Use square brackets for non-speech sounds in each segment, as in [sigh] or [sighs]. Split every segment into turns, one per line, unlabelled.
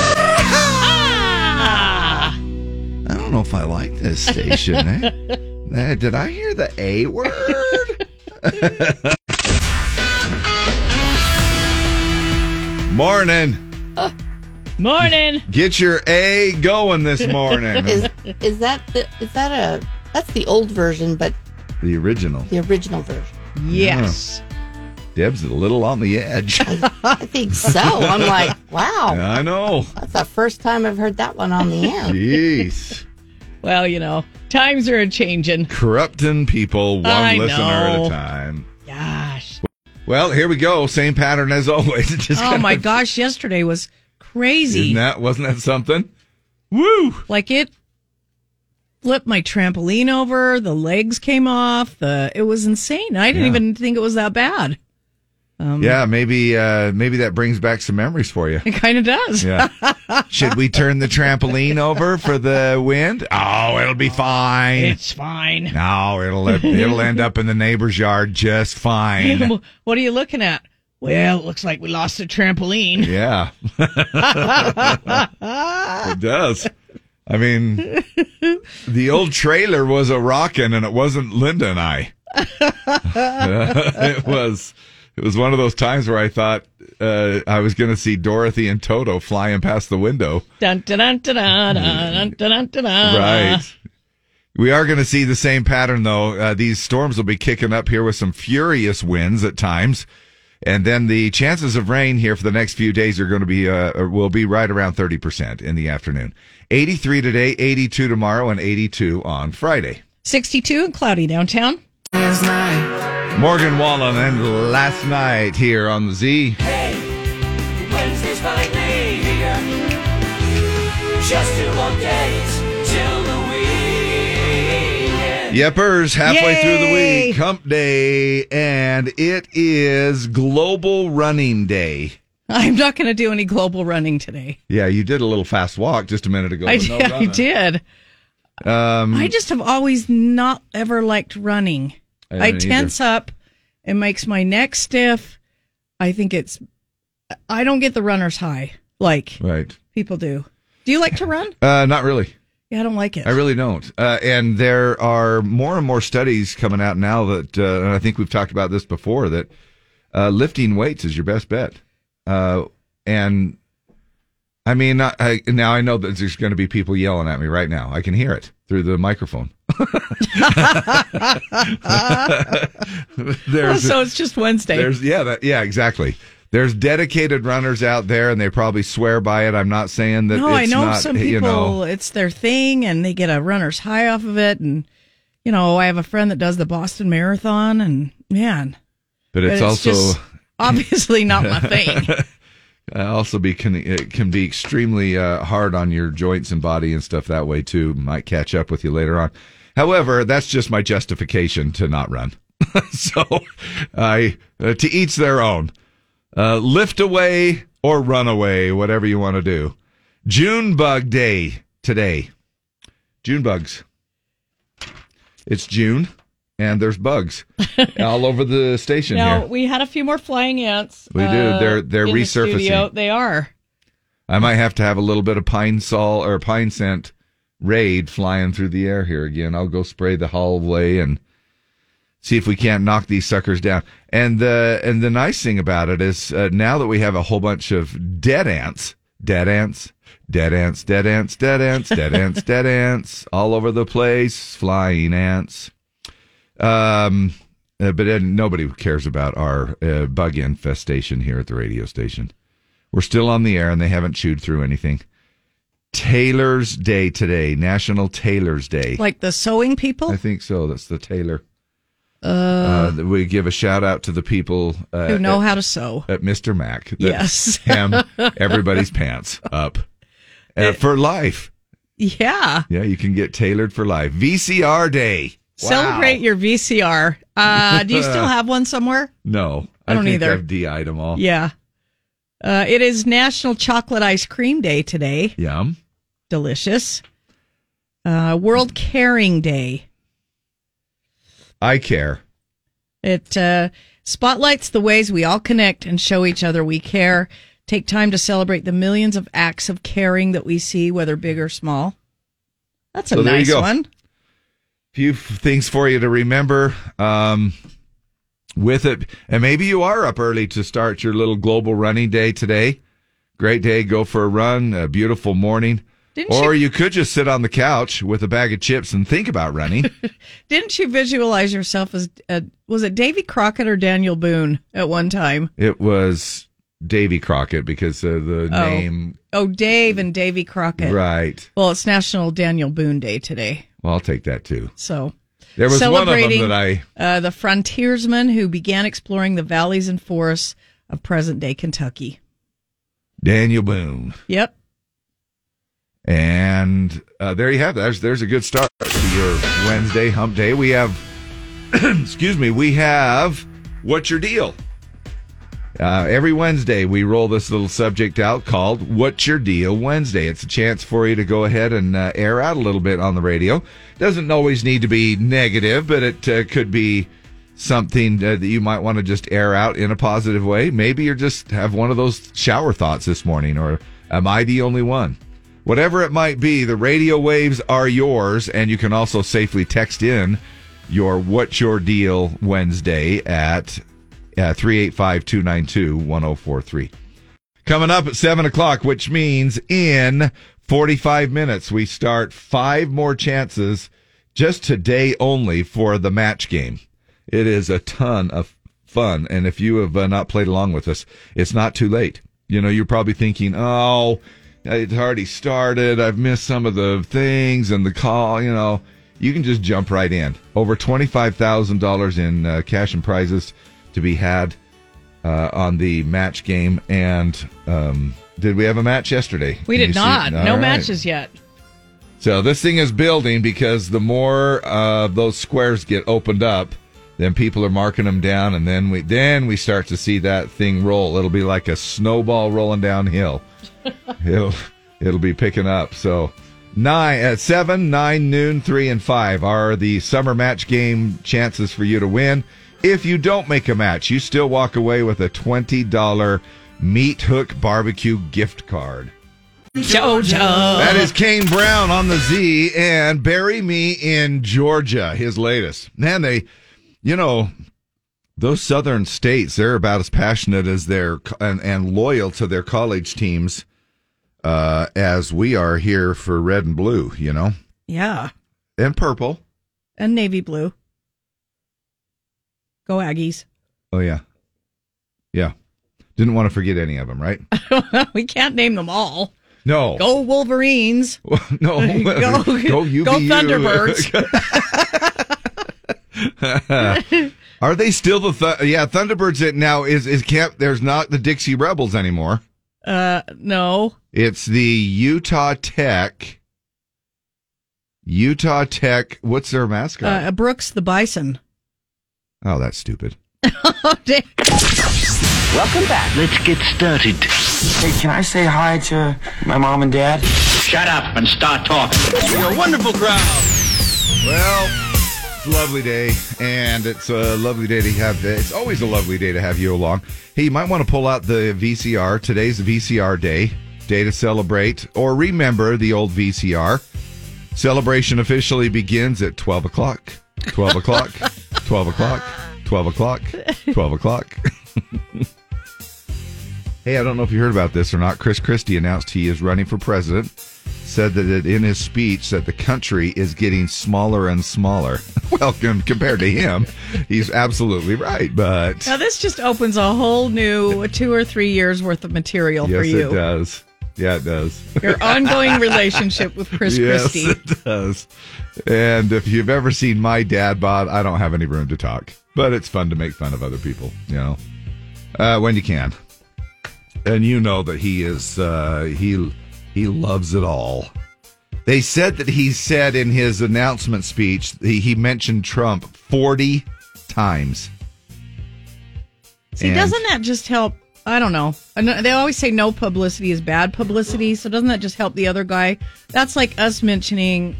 Ah!
this station. Eh? Eh, Did I hear the A word? morning.
Morning.
Get your A going this morning.
[laughs]
is is that the, is that a that's the old version, but
the original.
the original version.
Yes.
Deb's a little on the edge.
I think so. I'm like, wow,
I know.
that's the first time I've heard that one on the air.
Jeez.
[laughs] Well, you know, times are a changing.
Corrupting people one
I
listener at a
know.
time.
Gosh.
Well, here we go. Same pattern as always. [laughs] It Just
Oh
kinda-
my gosh, yesterday was
Isn't
crazy.
that wasn't that something? Woo!
like it flipped my trampoline over, the legs came off, the it was insane. I didn't
Yeah.
even think it was that bad.
yeah, maybe uh maybe that brings back some memories for you.
It kind of does. [laughs]
Yeah. Should we turn the trampoline over for the wind? Oh, it'll be fine.
It's fine.
No, it'll uh, it'll end up in the neighbor's yard just fine.
[laughs]
what are you looking at? Well, it looks like we lost a trampoline.
Yeah. [laughs]
[laughs]
it does. I mean, the old trailer was a rockin', and it wasn't Linda and I. [laughs] it was. It was one of those times where I thought uh, I was going to see Dorothy and Toto flying past the window.
Dun dun dun dun dun dun dun dun dun.
Right. We are going to see the same pattern, though. Uh, these storms will be kicking up here with some furious winds at times. And then the chances of rain here for the next few days are going to be, uh, will be right around 30% in the afternoon. 83 today, 82 tomorrow, and 82 on Friday.
62 and cloudy downtown.
Morgan Wallen and last night here on the Z.
Wednesday's finally here. Just two more days till the weekend.
Yepers, halfway
Yay!
through the week, hump day, and it is Global Running Day.
[laughs] I'm not going to do any global running today.
Yeah, you did a little fast walk just a minute ago.
I,
but no
did, I
running.
did.
Um,
I just have always not ever liked running.
I
I,
don't either.
tense up. It makes my neck stiff. I think it's I don't get the runner's high like
right.
people do. Do you like to run?
Uh, not really.
Yeah, I don't like it.
I really don't. Uh, and there are more and more studies coming out now that, uh, and I think we've talked about this before, that uh, lifting weights is your best bet. Uh, and I mean, I, I, now I know that there's going to be people yelling at me right now. I can hear it through the
[laughs]
microphone. [laughs] there's
[laughs] so it's just Wednesday.
There's yeah, that, yeah, exactly. There's dedicated runners out there, and they probably swear by it. I'm not saying that.
no, I
it's
know
not,
some people.
You know,
It's their thing, and they get a runner's high off of it. And you know, I have a friend that does the Boston Marathon, and man,
but
but
it's, also
just obviously
[laughs]
not my thing.
uh, also be can it can be extremely uh, hard on your joints and body and stuff that way too. Might catch up with you later on. However, that's just my justification to not run. [laughs] so, I uh, to each their own. Uh, lift away or run away, whatever you want to do. June Bug Day today. June bugs. It's June, and there's bugs all over the station
Now
here.
we had a few more flying ants. uh,
We do. They're- they're
in the
resurfacing.
studio. They are.
I might have to have a little bit of pine sol or pine scent raid flying through the air here again. I'll go spray the hallway and see if we can't knock these suckers down. And the and the nice thing about it is uh, now that we have a whole bunch of dead ants, dead ants, dead ants, dead ants, dead ants,
[laughs]
dead ants, dead ants, all over the place, flying ants. Um, uh, but then nobody cares about our uh, bug infestation here at the radio station. We're still on the air and they haven't chewed through anything. Taylor's Day today, National Taylor's Day.
like the sewing people.
I think so. That's the Taylor. Uh, we give a shout out to the people uh,
who know
at,
how to sew.
at Mr. Mac. that [laughs]
Yes.
hem everybody's pants up uh, for life.
Yeah.
Yeah, you can get tailored for life. VCR Day. Wow.
Celebrate your VCR. Uh, do you
[laughs]
still have one somewhere?
No,
I don't
think
either.
I've DI'd them all.
Yeah. Uh, it is National Chocolate Ice Cream Day today.
Yum.
Delicious. Uh, World Caring Day.
I care.
It uh, spotlights the ways we all connect and show each other we care. Take time to celebrate the millions of acts of caring that we see, whether big or small. That's a
So there you
nice
go.
one.
few f- things for you to remember um, with it. And maybe you are up early to start your little global running day today. Great day. Go for a run. A beautiful morning.
Didn't
or you could just sit on the couch with a bag of chips and think about
[laughs]
running.
Didn't you visualize yourself as uh, was it Davy Crockett or Daniel Boone at one time?
it was Davy Crockett because of the
Oh.
name.
Oh, Dave and Davy Crockett.
Right.
Well, it's National Daniel Boone Day today,
Well, I'll take that too.
so
There was one of them
celebrating,
that I.
uh, the frontiersman who began exploring the valleys and forests of present-day Kentucky.
Daniel Boone.
Yep.
And uh, there you have it. There's, there's a good start to your Wednesday hump day. We have, [clears throat] excuse me, we have What's Your Deal? Uh, every Wednesday, we roll this little subject out called What's Your Deal Wednesday. It's a chance for you to go ahead and uh, air out a little bit on the radio. Doesn't always need to be negative, but it uh, could be something uh, that you might want to just air out in a positive way. Maybe you're just have one of those shower thoughts this morning, or am I the only one? Whatever it might be, the radio waves are yours, and you can also safely text in your What's Your Deal Wednesday at 385 292 1043. Coming up at 7 o'clock, which means in 45 minutes, we start five more chances just today only for the match game. It is a ton of fun. And if you have uh, not played along with us, it's not too late. You know, you're probably thinking, oh, it's already started. I've missed some of the things and the call, you know. You can just jump right in. Over $25,000 in uh, cash and prizes to be had uh, on the match game. And um, did we have a match yesterday?
We
Can you
did
see it?
not.
All
No
right.
matches yet.
So this thing is building because the more uh, those squares get opened up, then people are marking them down, and then we then we start to see that thing roll. It'll be like a snowball rolling downhill. it'll it'll be picking up. So nine at seven, nine, noon, three, and five are the summer match game chances for you to win. If you don't make a match, you still walk away with a twenty dollar meat hook barbecue gift card.
Jojo.
That is Kane Brown on the Z and Bury Me in Georgia, his latest. Man, they, you know, those southern states, they're about as passionate as their and, and loyal to their college teams uh, as we are here for red and blue, you know,
Yeah,
and purple.
and navy blue. Go Aggies. [laughs]
Oh, yeah. Yeah. Didn't want to forget any of them, right?
we can't name them all.
No. [laughs]
Go Wolverines.
no.
Go,
[laughs] go, UVU.
go Thunderbirds.
[laughs] [laughs] Are they still the th- yeah Thunderbirds? It now is is camp. There's not the Dixie Rebels anymore.
Uh, no.
It's the Utah Tech. Utah Tech. What's their mascot?
Uh, Brooks
[laughs]
the Bison.
oh, that's stupid.
Oh, dang.
Welcome back.
Let's get started.
Hey, can I say hi to my mom and dad?
Shut up and start talking.
You're a wonderful crowd.
Well, it's a lovely day, and it's a lovely day to have. It's always a lovely day to have you along. Hey, you might want to pull out the VCR. Today's VCR day, day to celebrate or remember the old VCR. Celebration officially begins at 12 o'clock. 12 o'clock, 12 o'clock, 12 o'clock, 12 o'clock. [laughs] hey, I don't know if you heard about this or not. Chris Christie announced he is running for president said that it, in his speech that the country is getting smaller and smaller. [laughs] well, com- compared to him, he's absolutely right. But
Now this just opens a whole new two or three years worth of material for
yes, it
you.
does. Yeah, it does.
Your ongoing relationship with
[laughs]
Chris
yes,
Christie.
it does. And if you've ever seen my dad bod, I don't have any room to talk, but it's fun to make fun of other people, you know, uh, when you can. And you know that he is uh, he he loves it all. They said that he said in his announcement speech he, he mentioned Trump forty times.
See,
And-
doesn't that just help? I don't know. I know- They always say no publicity is bad publicity, so doesn't that just help the other guy? That's like us mentioning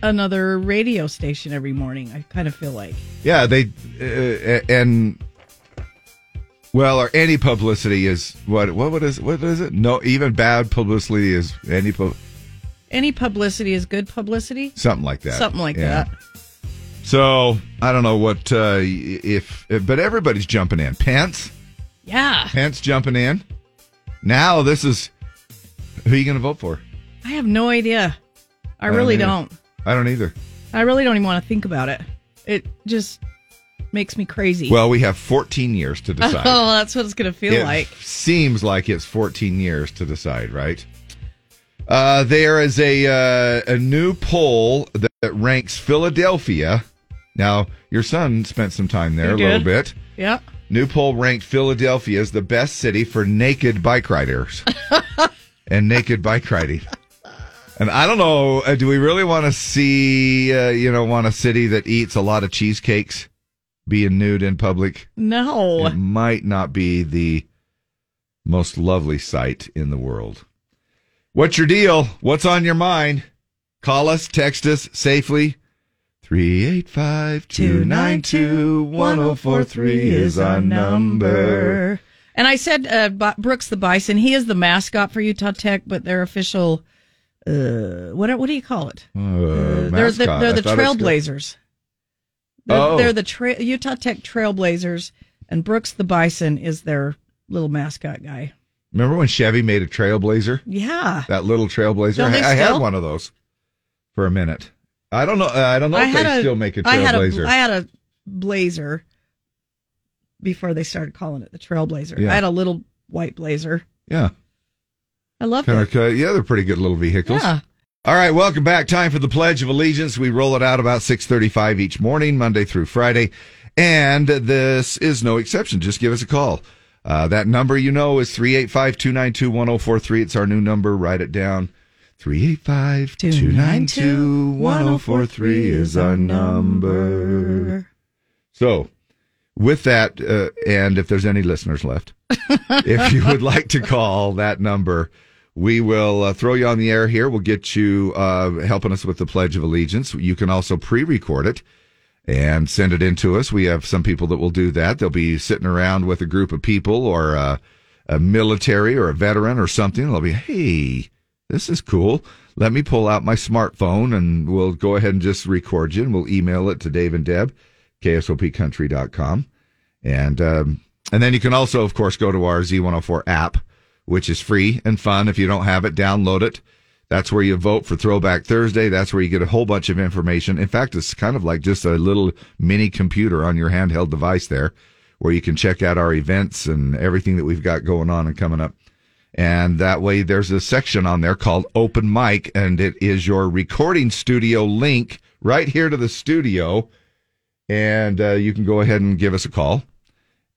another radio station every morning. I kind of feel like.
Yeah, they uh, and well, or any publicity is what what what is what is it? No, even bad publicity is any pub,
Any publicity is good publicity.
something like that.
Something like
Yeah.
that.
So I don't know what uh, if, but everybody's jumping in. Pence,
Yeah.
Pence jumping in. Now this is who you going to vote for?
I have no idea. I,
don't
really
either.
don't.
I don't either.
I really don't even want to think about it. It just makes me crazy.
Well, we have 14 years
[laughs]
to decide.
oh, that's what it's going to feel
it
like.
seems like it's 14 years to decide, right? Uh, there is a uh, a new poll that, that ranks Philadelphia. Now, your son spent some time there
He
a little
did.
bit.
Yeah.
New poll ranked Philadelphia as the best city for naked bike
[laughs]
riders and naked bike riding. And I don't know, uh, do we really want to see, uh, you know, want a city that eats a lot of cheesecakes being nude in public?
No.
It might not be the most lovely sight in the world. What's your deal? What's on your mind? Call us, text us safely. 385 292 1043 is our number.
And I said uh, B- Brooks the Bison. He is the mascot for Utah Tech, but their official, uh, what what do you call it?
Uh,
they're
mascot. I
the, they're the
thought it was good.
Trailblazers. They're,
Oh.
they're the tra- Utah Tech Trailblazers, and Brooks the Bison is their little mascot guy.
Remember when Chevy made a Trailblazer?
Yeah.
That little Trailblazer?
Don't
I,
they
I had
still?
one of those for a minute. I don't know. I don't know if they still make a
I had a,
Trailblazer.
I had a blazer before they started calling it the Trailblazer.
Yeah.
I had a little white blazer.
yeah.
I loved
Kind
it.
of, uh, yeah, they're pretty good little vehicles.
Yeah.
All right, welcome back. Time for the Pledge of Allegiance. We roll it out about 6:35 each morning, Monday through Friday, and this is no exception. Just give us a call. Uh, that number you know is 385-292-1043. It's our new number. Write it down. 385-292-1043 is our number. So, with that, uh, and if there's any listeners left, if [laughs] you would like to call that number, we will uh, throw you on the air here. We'll get you uh, helping us with the Pledge of Allegiance. You can also pre record it and send it in to us. We have some people that will do that. They'll be sitting around with a group of people or uh, a military or a veteran or something. They'll be, hey, this is cool. Let me pull out my smartphone and we'll go ahead and just record you and we'll email it to Dave and Deb, ksopcountry.com. And, um, and then you can also, of course, go to our Z104 app, which is free and fun. If you don't have it, download it. That's where you vote for Throwback Thursday. That's where you get a whole bunch of information. In fact, it's kind of like just a little mini computer on your handheld device there where you can check out our events and everything that we've got going on and coming up. And that way there's a section on there called open mic and it is your recording studio link right here to the studio. And uh, you can go ahead and give us a call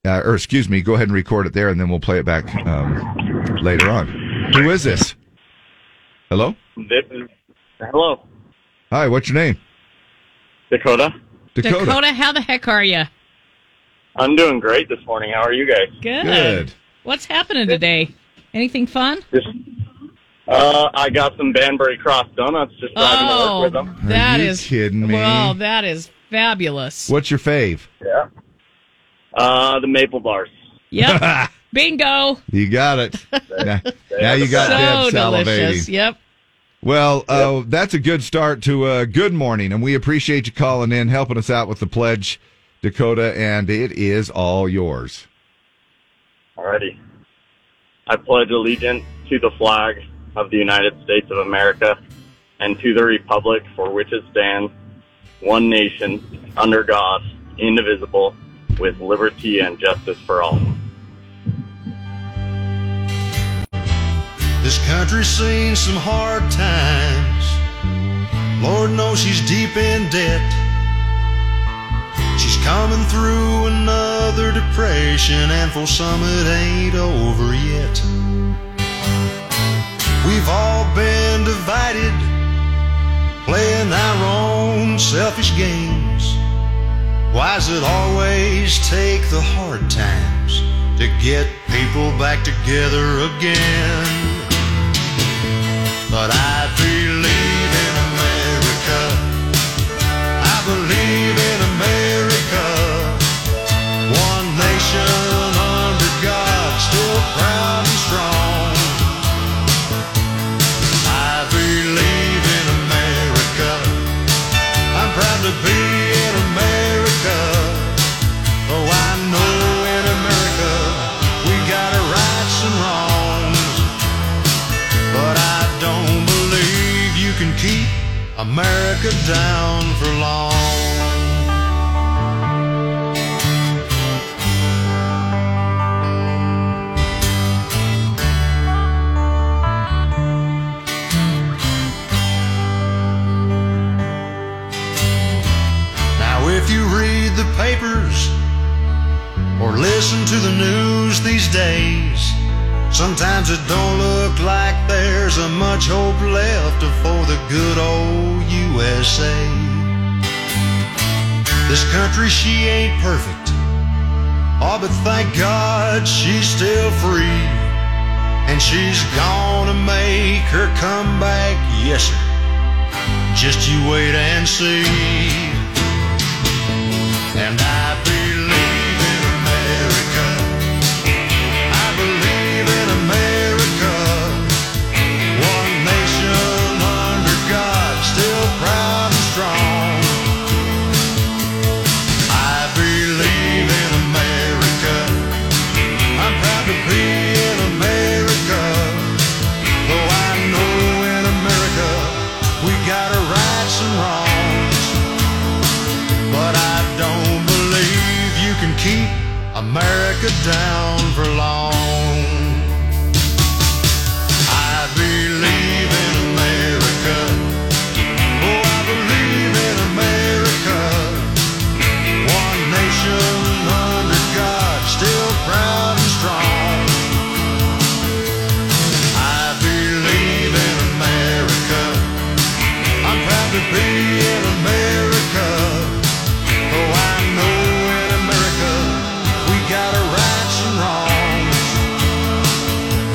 uh, or excuse me, go ahead and record it there and then we'll play it back um, later on. Who is this? Hello?
Hello,
Hi, what's your name?
Dakota.
Dakota.
Dakota, how the heck are you?
I'm doing great this morning. How are you guys?
Good.
Good.
What's happening today? Anything fun?
Just, uh, I got some Banbury Cross donuts. Just driving
Oh.
to work with them.
that
you
is
kidding me?
Well, that is fabulous.
What's your fave?
Yeah. Uh, the maple bars.
[laughs]
Yep. Bingo.
You got
[laughs]
it. now, now you got
so
Deb salivating.
delicious. Yep.
Well, uh, that's a good start to uh, good morning, and we appreciate you calling in, helping us out with the pledge, Dakota, and it is all yours.
Alrighty. I pledge allegiance to the flag of the United States of America and to the republic for which it stands, one nation, under God, indivisible, with liberty and justice for all.
This country's seen some hard times. Lord knows she's deep in debt. She's coming through another depression, and for some it ain't over yet. We've all been divided, playing our own selfish games. Why's it always take the hard times to get people back together again? But I believe in America. I believe in America. One nation under God, still proud and strong. I believe in America. Oh, I'm proud to be an keep America down for long. Now, if you read the papers or listen to the news these days, sometimes it don't look like there's a much hope left for the good old USA. This country, she ain't perfect. Oh, but thank God she's still free. And she's gonna make her comeback, yes, sir. Just you wait and see. And I believe in America. I believe in America. One nation under God, still proud and strong. I believe in America. I'm proud to be in America. Though I know in America we got our rights and wrongs. But I don't believe you can keep America down for long. I believe in America. Oh, I believe in America. One nation under God, still proud and strong. I believe in America. I'm proud to be in America. Oh, I know in America we got our rights and wrongs,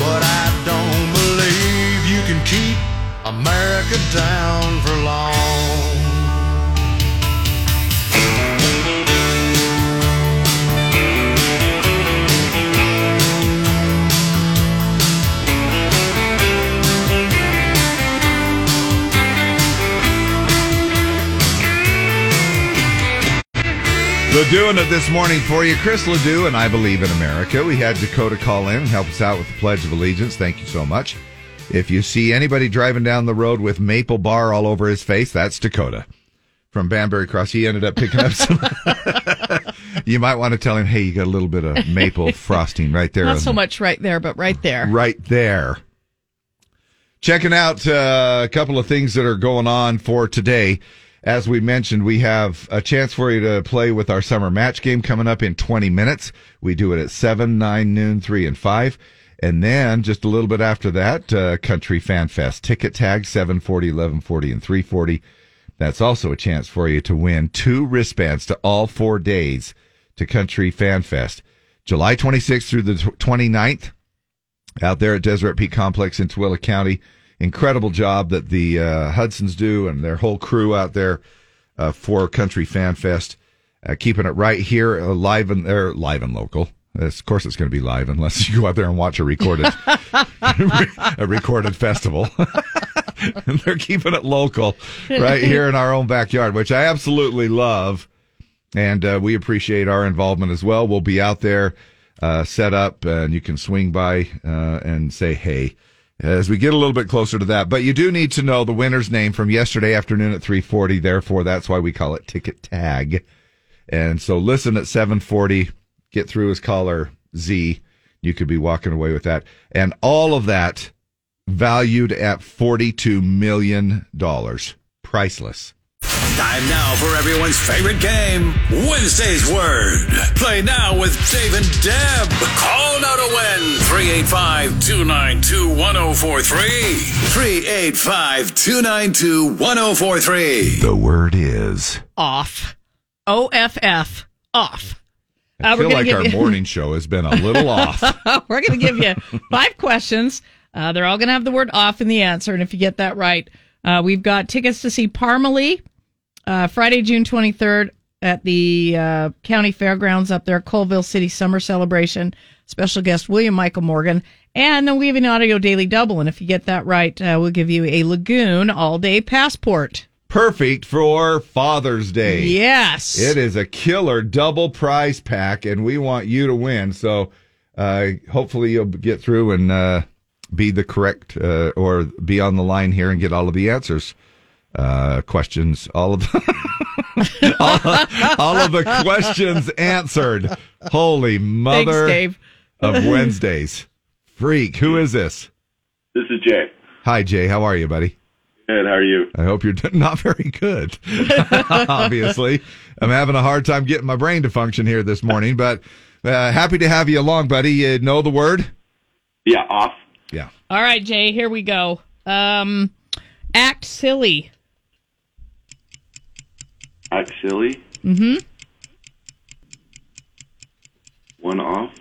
but I don't believe you can keep America down for long.
Doing it this morning for you, Chris Ledoux and I Believe in America. We had Dakota call in and help us out with the Pledge of Allegiance. Thank you so much. If you see anybody driving down the road with maple bar all over his face, that's Dakota from Banbury Cross. He ended up picking up some. [laughs] you might want to tell him, hey, you got a little bit of maple
[laughs]
frosting right there.
Not
on
so
the-
much right there, but right there.
Right there. Checking out uh, a couple of things that are going on for today. As we mentioned, we have a chance for you to play with our summer match game coming up in 20 minutes. We do it at 7, 9, noon, 3, and 5. And then just a little bit after that, uh, Country Fan Fest ticket tag 740, 1140, and 340. That's also a chance for you to win two wristbands to all four days to Country Fan Fest, July 26th through the tw- 29th out there at Deseret Peak Complex in Tooele County. Incredible job that the uh, Hudsons do and their whole crew out there uh, for Country Fan Fest, uh, keeping it right here uh, live and there, live and local. That's- Of course, it's going to be live unless [laughs] you go out there and watch a recorded [laughs] a recorded festival. and [laughs] they're keeping it local right here in our own backyard, which I absolutely love. And uh, we appreciate our involvement as well. We'll be out there uh, set up, and you can swing by uh, and say hey as we get a little bit closer to that. But you do need to know the winner's name from yesterday afternoon at 3:40. Therefore, that's why we call it ticket tag. And so, listen at 7:40. Get through as caller Z. You could be walking away with that, and all of that valued at forty-two million dollars. Priceless.
Time now for everyone's favorite game, Wednesday's Word. Play now with Dave and Deb. Call now to win 385 292 1043. 385 292 1043.
The word is.
Off. OFF. Off.
I
Uh, we're
feel
gonna
like
give
our
you-
morning show has been a
[laughs]
little off.
we're going to give you five questions. Uh, they're all going to have the word off in the answer. And if you get that right, uh, we've got tickets to see Parmalee uh, Friday, June 23rd at the uh, county fairgrounds up there, Colville City Summer Celebration. Special guest William Michael Morgan. And then we have an audio daily double. And if you get that right, uh, we'll give you a Lagoon all day passport.
Perfect for Father's Day.
Yes.
It is a killer double prize pack, and we want you to win. So uh, hopefully you'll get through and uh, be the correct uh, or be on the line here and get all of the answers. uh, questions, all of [laughs] all, all of the questions answered. Holy mother
Dave.
of Wednesdays. Freak, who is this?
This is Jay.
Hi, Jay. How are you, buddy?
Good. How are you?
I hope you're [laughs] not very good. [laughs] Obviously, I'm having a hard time getting my brain to function here this morning, but uh, happy to have you along, buddy. You know the word?
Yeah, off.
Yeah.
All right, Jay, here we go. Um, act silly.
Act silly.
Mm-hmm.
One off.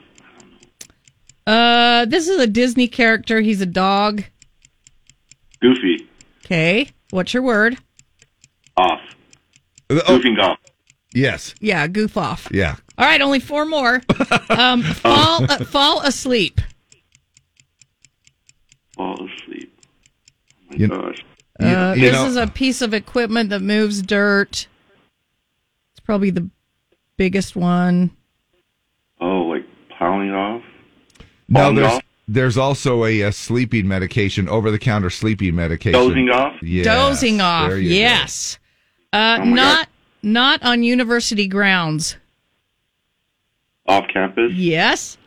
Uh, this is a Disney character. He's a dog.
Goofy.
Okay, what's your word?
Off. Goofing
Uh,
off.
oh. Yes.
Yeah, goof off.
Yeah.
All right, only four more.
[laughs]
Um, fall, uh, fall asleep.
Fall asleep.
Oh my you,
gosh.
Uh, this is a piece of equipment that moves dirt. It's probably the biggest one.
Oh, like plowing off.
No,
Falling
there's
off?
there's also a, a sleeping medication, over the counter sleeping medication.
Dozing off?
Yes.
Dozing off.
There you go.
Yes. Uh,
Oh my
not not on university grounds.
Off campus.
Yes.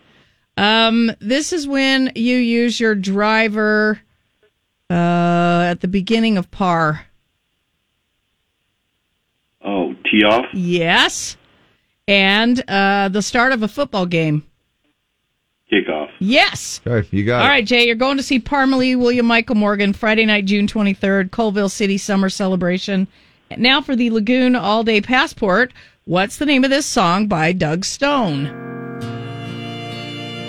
Um, this is when you use your driver uh, at the beginning of par.
Oh, tee off.
Yes. And uh, the start of a football game.
Kick off.
Yes.
Okay, you got
All
it.
right, Jay, you're going to see Parmalee, William Michael Morgan, Friday night, June 23rd, Colville City Summer Celebration. And now for the Lagoon All Day Passport. What's the name of this song by Doug Stone?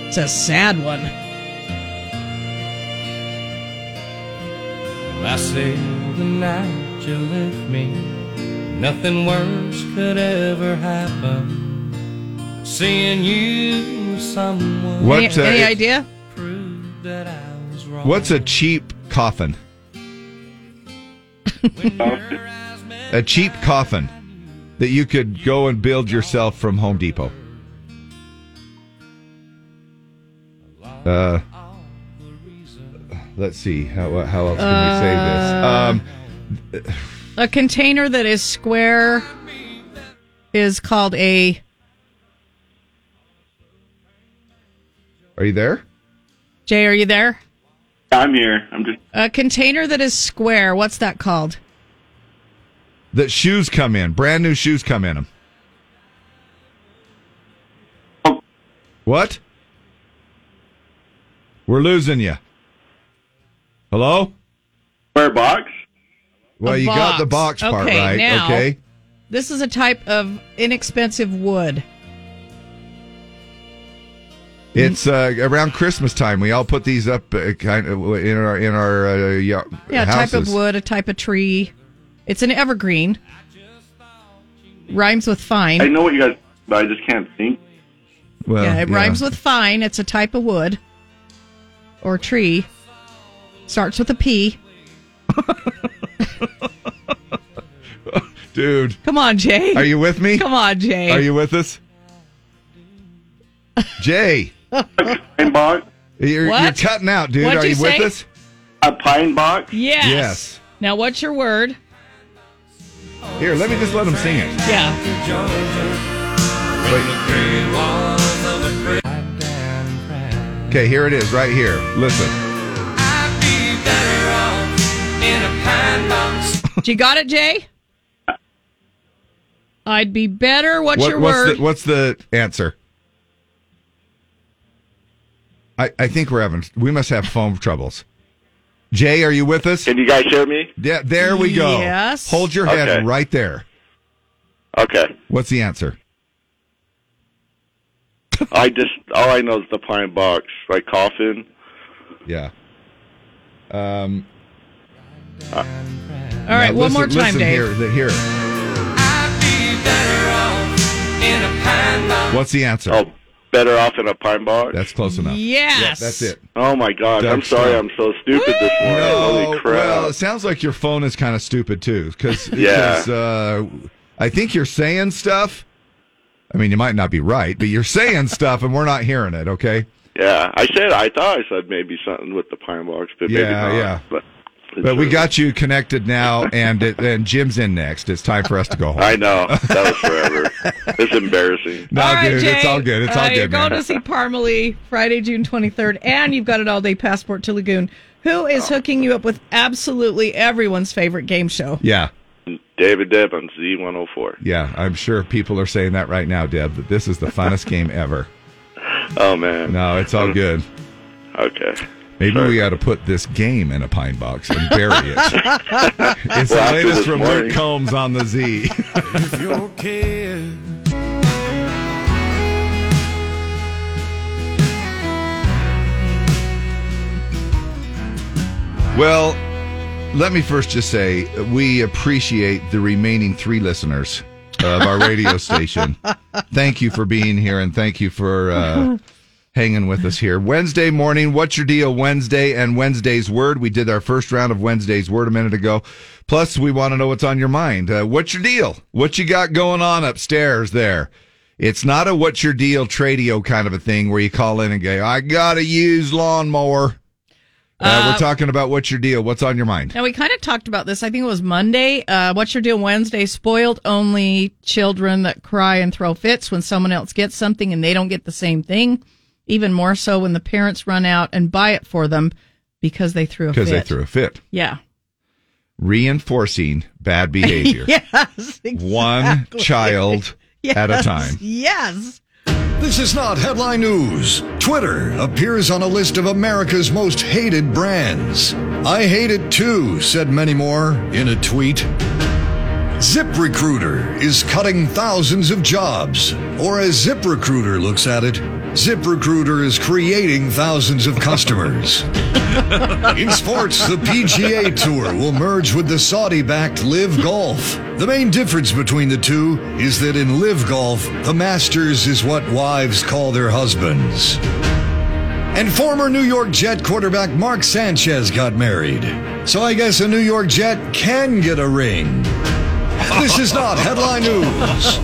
It's a sad one.
I say the night you left me, nothing worse could ever happen. Seeing you with someone.
What, Any- uh, any it-
idea?
Proved that I was wrong.
What's a cheap coffin? a cheap coffin that you could go and build yourself from Home Depot. Uh, let's see how how else can we say this? Um,
A container that is square is called a.
are you there?
Jay, are you there?
I'm here. I'm just
A container that is square. What's that called?
That shoes come in, brand new shoes come in them. What? We're losing you. Hello?
Square box.
Well,
A
you got the box
box.
part
Okay,
right.
now-
Okay.
This is a type of inexpensive wood.
It's uh, around Christmas time. We all put these up uh, kind of in our in our uh, yeah,
Yeah, a type
houses.
of wood, a type of tree. It's an evergreen. Rhymes with fine.
I know what you guys, but I just can't think.
Well,
yeah, it rhymes with fine. It's a type of wood or tree. Starts with a P.
Dude,
Come on, Jay.
are you with me?
Come on, Jay.
Are you with us? Jay.
pine box.
You're, you're
What?
cutting out, dude.
What'd
are
you
you, with
say?
us?
A pine box.
Yes.
Yes.
Now, what's your word?
Here, let me just let him sing it.
Yeah.
[laughs] Okay, here it is, right here. Listen.
you got it, Jay?
Uh,
I'd be better. What's
What-
your word?
The, what's the answer? I, I think we're having we must have phone troubles. Jay, are you with us? Can
you guys hear me?
Yeah, there we go.
Yes.
Hold your head
Okay.
right there.
Okay.
What's the answer?
I just all I know is the pine box, like coffin.
Yeah. Um.
All right, one more time,
listen
Dave.
Here, the- here. What's the answer?
Oh, better off in a pine box.
That's close enough.
Yes.
Yeah, that's it.
Oh my gosh,
Doug
I'm sorry,
Snow.
I'm so stupid this morning. Holy
Oh,
crap!
well, it sounds like your phone is kind of stupid too, because
[laughs] Yeah.
uh, I think you're saying stuff. I mean, you might not be right, but you're saying [laughs] stuff, and we're not hearing it. Okay.
Yeah, I said I thought I said maybe something with the pine box, but maybe
Yeah,
not.
yeah.
But
But we got you connected now, and it, and Jim's in next. It's time for us to go home.
I know that was forever.
[laughs]
it's embarrassing.
No, dude, it's all good. It's all
Uh,
good.
You're
man.
going to see Parmalee Friday, June 23rd, and you've got an all day passport to Lagoon. Who
Oh.
is hooking you up with absolutely everyone's favorite game show?
Yeah,
David Deb on Z104.
yeah. I'm sure people are saying that right now, Deb. That this is the
[laughs]
funnest game ever.
Oh man.
No, it's all good.
Okay.
Maybe we got to put this game in a pine box and bury
[laughs]
it. it's
Well,
the
after
latest
this
from
morning-
Luke Combs on the Z.
if you're kid.
Well, let me first just say we appreciate the remaining three listeners of our radio station. Thank you for being here and thank you for uh, hanging with us here. Wednesday morning, what's your deal? Wednesday and Wednesday's word. We did our first round of Wednesday's word a minute ago. Plus, we want to know what's on your mind. Uh, what's your deal? What you got going on upstairs there? It's not a what's your deal tradio kind of a thing where you call in and go, I got a used lawnmower. Uh, we're talking about what's your deal? What's on your mind?
Now, we kind of talked about this. I think it was Monday. Uh, what's your deal Wednesday? Spoiled only children that cry and throw fits when someone else gets something and they don't get the same thing. Even more so when the parents run out and buy it for them because they threw a fit.
Because they threw a fit.
Yeah.
Reinforcing
[laughs]
bad behavior.
yes. [laughs]
One
[laughs] exactly.
child at a time.
Yes.
This is not headline news. Twitter appears on a list of America's most hated brands. I hate it too, said many more in a tweet. ZipRecruiter is cutting thousands of jobs, or as ZipRecruiter looks at it, ZipRecruiter is creating thousands of customers. In sports, the PGA Tour will merge with the Saudi backed Live Golf. The main difference between the two is that in Live Golf, the Masters is what wives call their husbands. And former New York Jet quarterback Mark Sanchez got married. So I guess a New York Jet can get a ring. This is not headline news.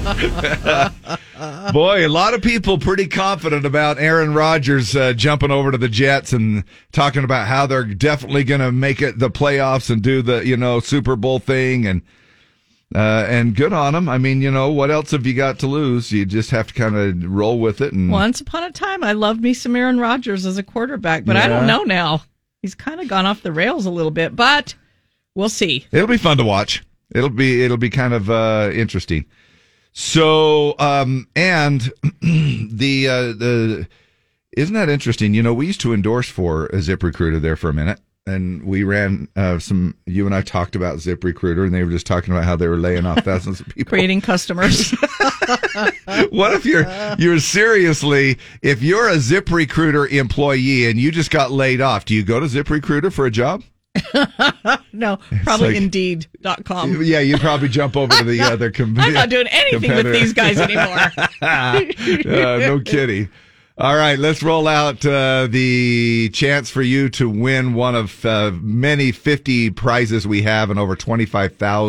Boy, a lot of people pretty confident about Aaron Rodgers uh, jumping over to the Jets and talking about how they're definitely going to make it the playoffs and do the you know Super Bowl thing and uh, and good on them. I mean, you know what else have you got to lose? You just have to kind of roll with it and
Once upon a time, I loved me some Aaron Rodgers as a quarterback, but I
Yeah.
don't know now. He's kind of gone off the rails a little bit, but we'll see.
It'll be fun to watch. It'll be it'll be kind of uh, interesting. So um, and [clears throat] the uh, the isn't that interesting? You know, we used to endorse for a ZipRecruiter there for a minute, and we ran uh, some. You and I talked about ZipRecruiter, and they were just talking about how they were laying off thousands of people. [laughs]
Creating customers. [laughs]
what if you're you're seriously if you're a ZipRecruiter employee and you just got laid off? Do you go to ZipRecruiter for a job?
no, probably
like-
indeed.com.
Yeah, you'd probably jump over to the other com-
Um, I'm not doing anything with
competitor. [laughs]
these guys anymore.
Uh, no kidding. All right, let's roll out uh, the chance for you to win one of uh, many 50 prizes we have and over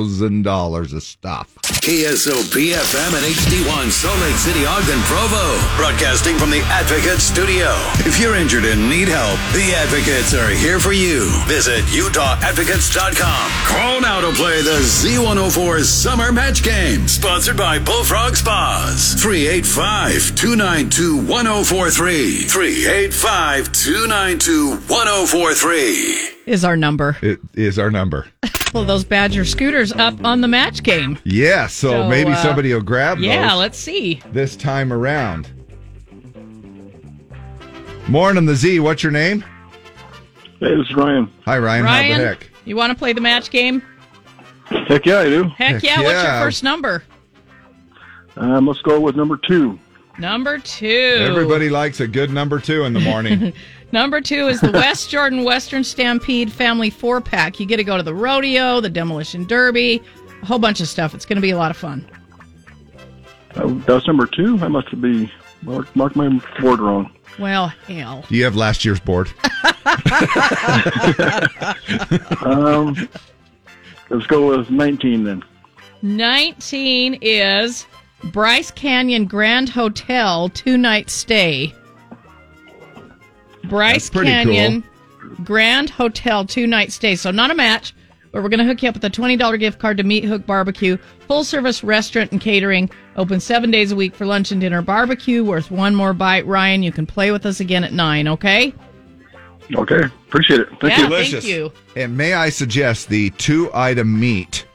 $25,000 of stuff.
KSOP FM and HD1 Salt Lake City, Ogden, Provo. Broadcasting from the Advocate Studio. If you're injured and need help, the Advocates are here for you. Visit UtahAdvocates.com. Call now to play the Z104 Summer Match Game. Sponsored by Bullfrog Spas. 385 292 1043. 385 292 1043.
Is our number.
It is our number.
Well, those Badger scooters up on the match game.
Yeah, so,
So,
maybe
uh,
somebody will grab
Yeah,
those
let's see.
this time around. Morning, the Z. What's your name? Hey, this is Ryan. Hi, Ryan. How the
Ryan,
heck?
you want to play the match game?
Heck yeah, I do.
Heck,
Heck
yeah. What's your
yeah.
first number?
Um, let's go with number two.
Number two.
Everybody likes a good number two in the morning.
[laughs] Number two is the West Jordan Western Stampede Family Four Pack. You get to go to the rodeo, the demolition derby, a whole bunch of stuff. It's going to be a lot of fun.
Oh, that's number two. I must be mark, mark my board wrong.
Well, hell.
Do you have last year's board?
[laughs] um, let's go with nineteen then.
19 is Bryce Canyon Grand Hotel two night stay.
That's
Bryce
pretty
Canyon Grand Hotel two night stay. So not a match, but we're going to hook you up with a twenty dollar gift card to Meat Hook Barbecue, full service restaurant and catering, open seven days a week for lunch and dinner. Barbecue worth one more bite. Ryan, you can play with us again at nine. Okay.
Okay, appreciate it.
Thank Yeah, you. thank you.
And may I suggest the two item meat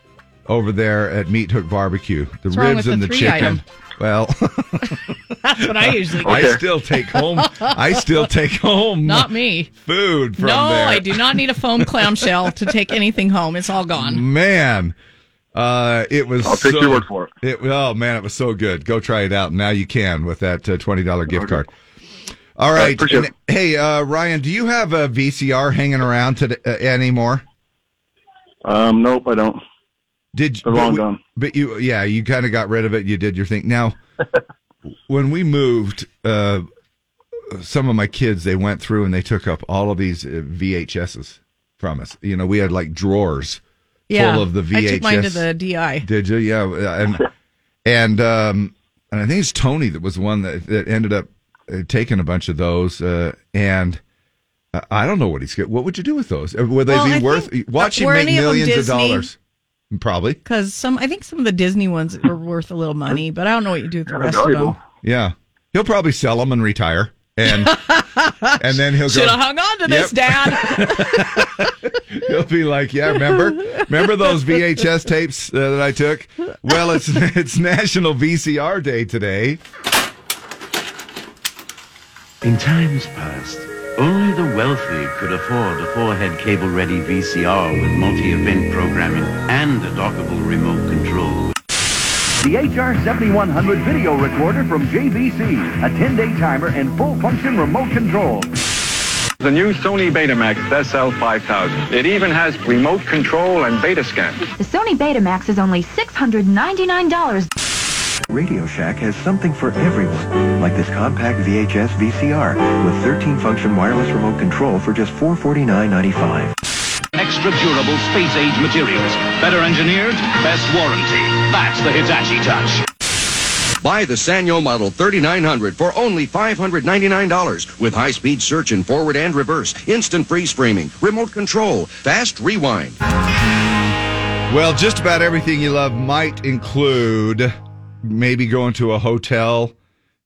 over there at Meat Hook Barbecue? The
What's wrong
ribs
with
and
the
the,
three
chicken.
item?
Well,
[laughs]
[laughs]
That's what I usually do.
I still take home. I
[laughs]
still take home.
Not me.
food from
no,
there.
I do not need a foam clamshell to take anything home. It's all gone.
Man, uh, it was.
I'll take
so,
your word
for it. Oh man, it was so good. Go try it out now. You can with that uh, twenty dollar gift card. All right.
appreciate
and- hey, uh, Ryan, do you have a VCR hanging around today, uh, anymore? Um, nope, I don't. Did
They're long
but we-
gone.
But you, yeah, you kind of got rid of it. You did your thing.
[laughs]
Now, when we moved, uh, some of my kids they went through and they took up all of these uh, VHSs from us. You know, we had like drawers
Yeah.
full of the VHS.
I took mine to the DI.
Did you? Yeah, uh, and and um, and I think it's Tony that was the one that, that ended up uh, taking a bunch of those. Uh, and I- Uh, I don't know what he's get. What would you do with those? Uh, Would they
Well,
be
I
worth?
think- uh,
Watch him
were
make
any of them
millions of,
Disney?
dollars. Probably.
Because some, I think some of the Disney ones were worth a little money, but I don't know what you do with the rest of them.
Yeah, he'll probably sell them and retire,
[laughs]
and and then he'll
Should
go.
have hung on to this, Dad.
[laughs] He'll be like, "Yeah,
[laughs]
remember, remember those VHS tapes uh, that I took? Well, it's [laughs] it's National VCR Day today.
In times past, only the wealthy could afford a four-head cable-ready VCR with multi-event programming and a dockable remote control.
The HR7100 video recorder from JVC. A 10-day timer and full function remote control.
The new Sony Betamax SL5000. It even has remote control and beta scan.
The Sony Betamax is only $699.
Radio Shack has something for everyone, like this compact VHS VCR with 13-function wireless remote control for just $449.95.
Extra durable space age materials. Better engineered, best warranty. That's the Hitachi touch.
Buy the Sanyo Model 3900 for only $599 with high-speed search in forward and reverse, instant freeze framing, remote control, fast rewind.
Well, just about everything you love might include maybe going to a hotel,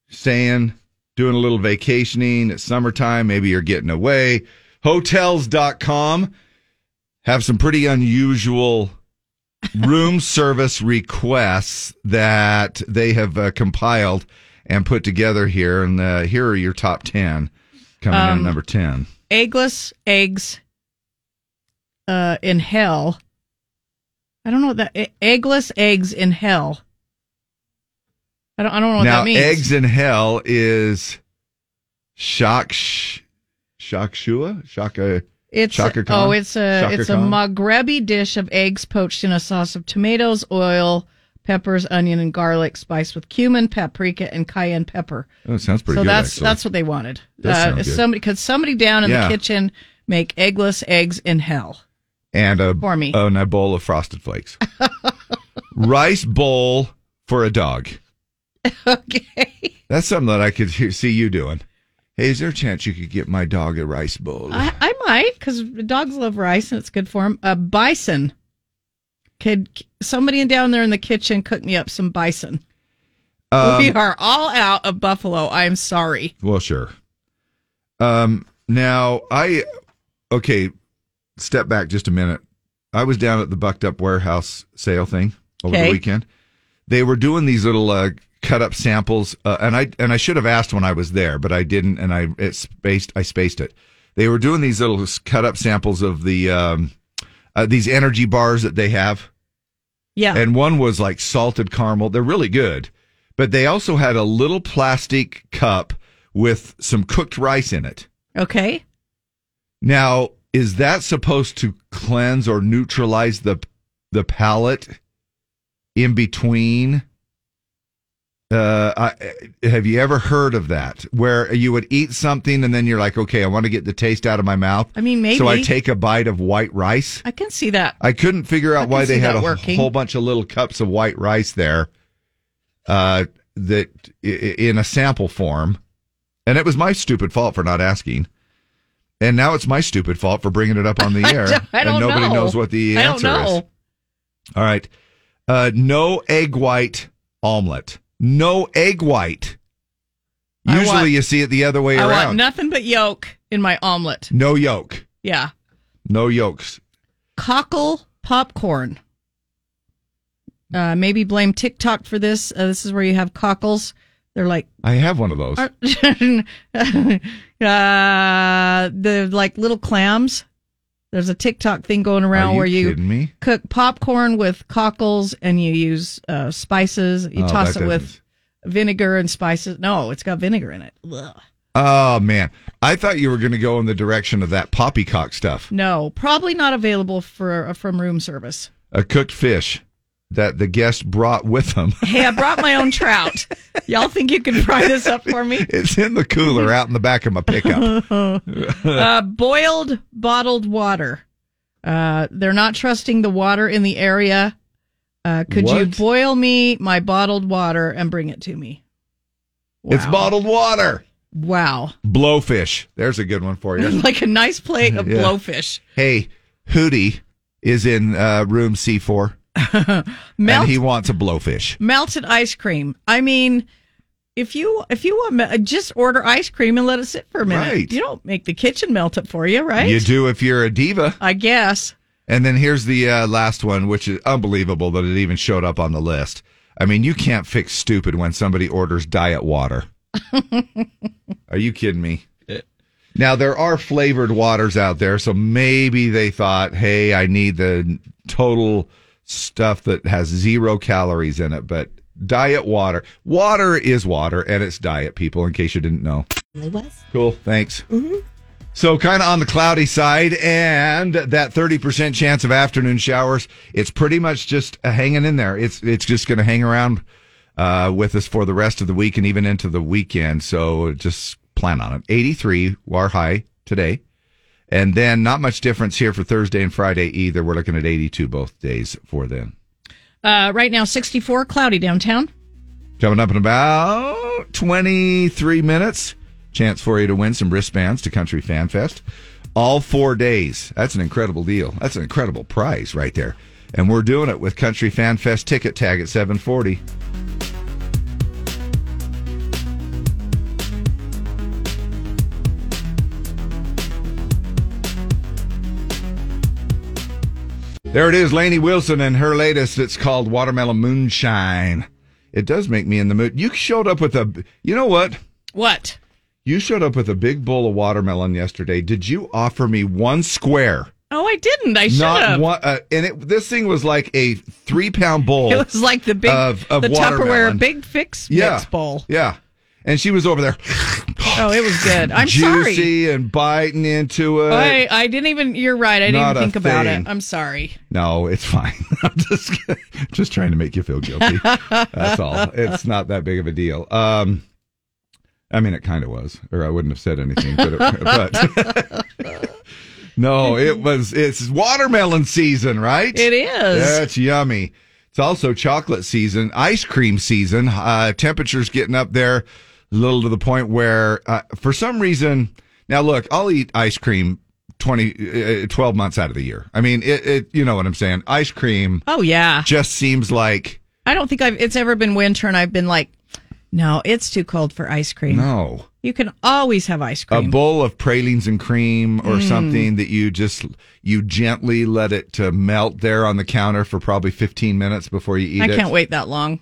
staying, doing a little vacationing. It's summertime. Maybe you're getting away. Hotels.com have some pretty unusual
[laughs]
room service requests that they have uh, compiled and put together here. And uh, here are your top 10 coming in
Um,
at number 10.
Eggless eggs uh, in hell. I don't know what that e- eggless eggs in hell. I don't. I don't know what
now,
that means.
eggs in hell is shock shakshua shaka.
It's
Shaka Khan?
oh, it's a
Shaka
it's a
Khan?
Maghrebi dish of eggs poached in a sauce of tomatoes, oil, peppers, onion, and garlic, spiced with cumin, paprika, and cayenne pepper.
Oh, it sounds pretty
so
good.
that's
actually.
that's what they wanted. Uh,
Does sound good.
Somebody could somebody down in
Yeah.
the kitchen make eggless eggs in hell.
and a
for me.
an- a bowl of frosted
[laughs]
flakes, rice bowl for a dog. Okay, that's something that I could hear, see you doing. Hey, is there a chance you could get my dog a rice bowl?
I, I might because dogs love rice and it's good for them. Uh, bison. Could somebody down there in the kitchen cook me up some bison? we
Um,
are all out of buffalo. I'm sorry.
Well, sure. Um, now I okay. Step back just a minute. I was down at the Bucked Up Warehouse sale thing over
Okay.
the weekend. They were doing these little uh, cut up samples, uh, and I and I should have asked when I was there, but I didn't, and I it spaced. I spaced it. They were doing these little cut up samples of the um, uh, these energy bars that they have.
Yeah.
And one was like salted caramel. They're really good. But they also had a little plastic cup with some cooked rice in it.
Okay.
Now, is that supposed to cleanse or neutralize the the palate in between? Uh, I, have you ever heard of that? Where you would eat something and then you're like, okay, I want to get the taste out of my mouth.
I mean, maybe.
So I take a bite of white rice.
I can see that.
I couldn't figure
I
out
can
why they
see
had
that
a
working.
whole bunch of little cups of white rice there, uh, that i- i- in a sample form, and it was my stupid fault for not asking. And now it's my stupid fault for bringing it up on
[laughs]
the air,
I don't
and nobody
know.
knows what the
I don't
answer is.
know.
All right, uh, no egg white omelet. No egg white. Usually,
want-
you see it the other way
I want
around.
nothing but yolk in my omelet.
no yolk.
Yeah.
No yolks.
Cockle popcorn. Uh, maybe blame TikTok for this. Uh, this is where you have cockles. They're like
I have one of those.
Are- [laughs] uh, the like little clams. There's a TikTok thing going around
Are you
where you
kidding me?
cook popcorn with cockles and you use uh, spices. You
Oh,
toss
that
it with vinegar and spices. No, it's got vinegar in it. Ugh.
Oh man, I thought you were going to go in the direction of that poppycock stuff.
No, probably not available for from room service.
A cooked fish that the guest brought with
[laughs]
them.
Hey, I brought my own trout. Y'all think you can fry this up for me?
[laughs] it's in the cooler out in the back of my pickup.
[laughs]
[laughs]
uh, boiled bottled water. Uh, they're not trusting the water in the area. Uh, could you
What?
boil me my bottled water and bring it to me?
It's bottled water.
Wow. [laughs]
Blowfish. There's a good one for you.
like a nice plate
[laughs]
of
Yeah.
blowfish.
Hey, Hootie is in uh, room C4.
[laughs] Melt-
and he wants a blowfish.
Melted ice cream. I mean, if you if you want, me- just order ice cream and let it sit for a minute.
Right.
You don't make the kitchen melt it for you, right?
You do if you're a diva.
I guess.
And then here's the uh, last one, which is unbelievable that it even showed up on the list. I mean, you can't fix stupid when somebody orders diet
[laughs]
water. Are you kidding me? Now there are flavored waters out there, so maybe they thought, "Hey, I need the total stuff that has zero calories in it." But diet water, water is water, and it's diet. People, in case you didn't know, cool. Thanks. So, kind of on the cloudy side, and that 30% chance of afternoon showers. It's pretty much just uh, hanging in there. It's it's just going to hang around uh, with us for the rest of the week and even into the weekend. So, just plan on it. 83 war high today. And then not much difference here for Thursday and Friday either. We're looking at 82 both days for then.
Uh, right now, sixty four, cloudy downtown.
Coming up in about 23 minutes, chance for you to win some wristbands to Country Fan Fest. All four days. That's an incredible deal. That's an incredible prize right there. And we're doing it with Country Fan Fest ticket tag at 740. There it is, Lainey Wilson and her latest. It's called Watermelon Moonshine. It does make me in the mood. You showed up with a, you know what?
What?
You showed up with a big bowl of watermelon yesterday. Did you offer me one square?
Oh, I didn't. I should
Not
have.
one. Uh, and it, this thing was like a three pound bowl.
[laughs] It was like the big
of, of
the
watermelon.
Tupperware big fix
yeah.
mix bowl.
Yeah. And she was over there
Oh, it was good. I'm sorry.
juicy and biting into it.
I, I didn't even. You're right. I didn't
Not
even
a
think about
thing.
it. I'm sorry.
No, it's fine. [laughs] I'm just just trying to make you feel
[laughs]
guilty. That's all. It's not that big of a deal. Um, I mean, it kind of was, or I wouldn't have said anything. But, it, [laughs] but no, it was. It's watermelon season, right?
It is.
That's yummy. It's also chocolate season, ice cream season. Uh, temperatures getting up there a little to the point where, uh, for some reason, now look, I'll eat ice cream 20, uh, 12 months out of the year. I mean, it, it, you know what I'm saying? Ice cream
Oh yeah.
just seems like,
I don't think I've. It's ever been winter, and I've been like, no, it's too cold for ice cream.
no.
You can always have ice cream.
A bowl of pralines and cream or
Mm.
something that you just you gently let it to melt there on the counter for probably 15 minutes before you eat
I
it.
can't wait
[laughs]
that long.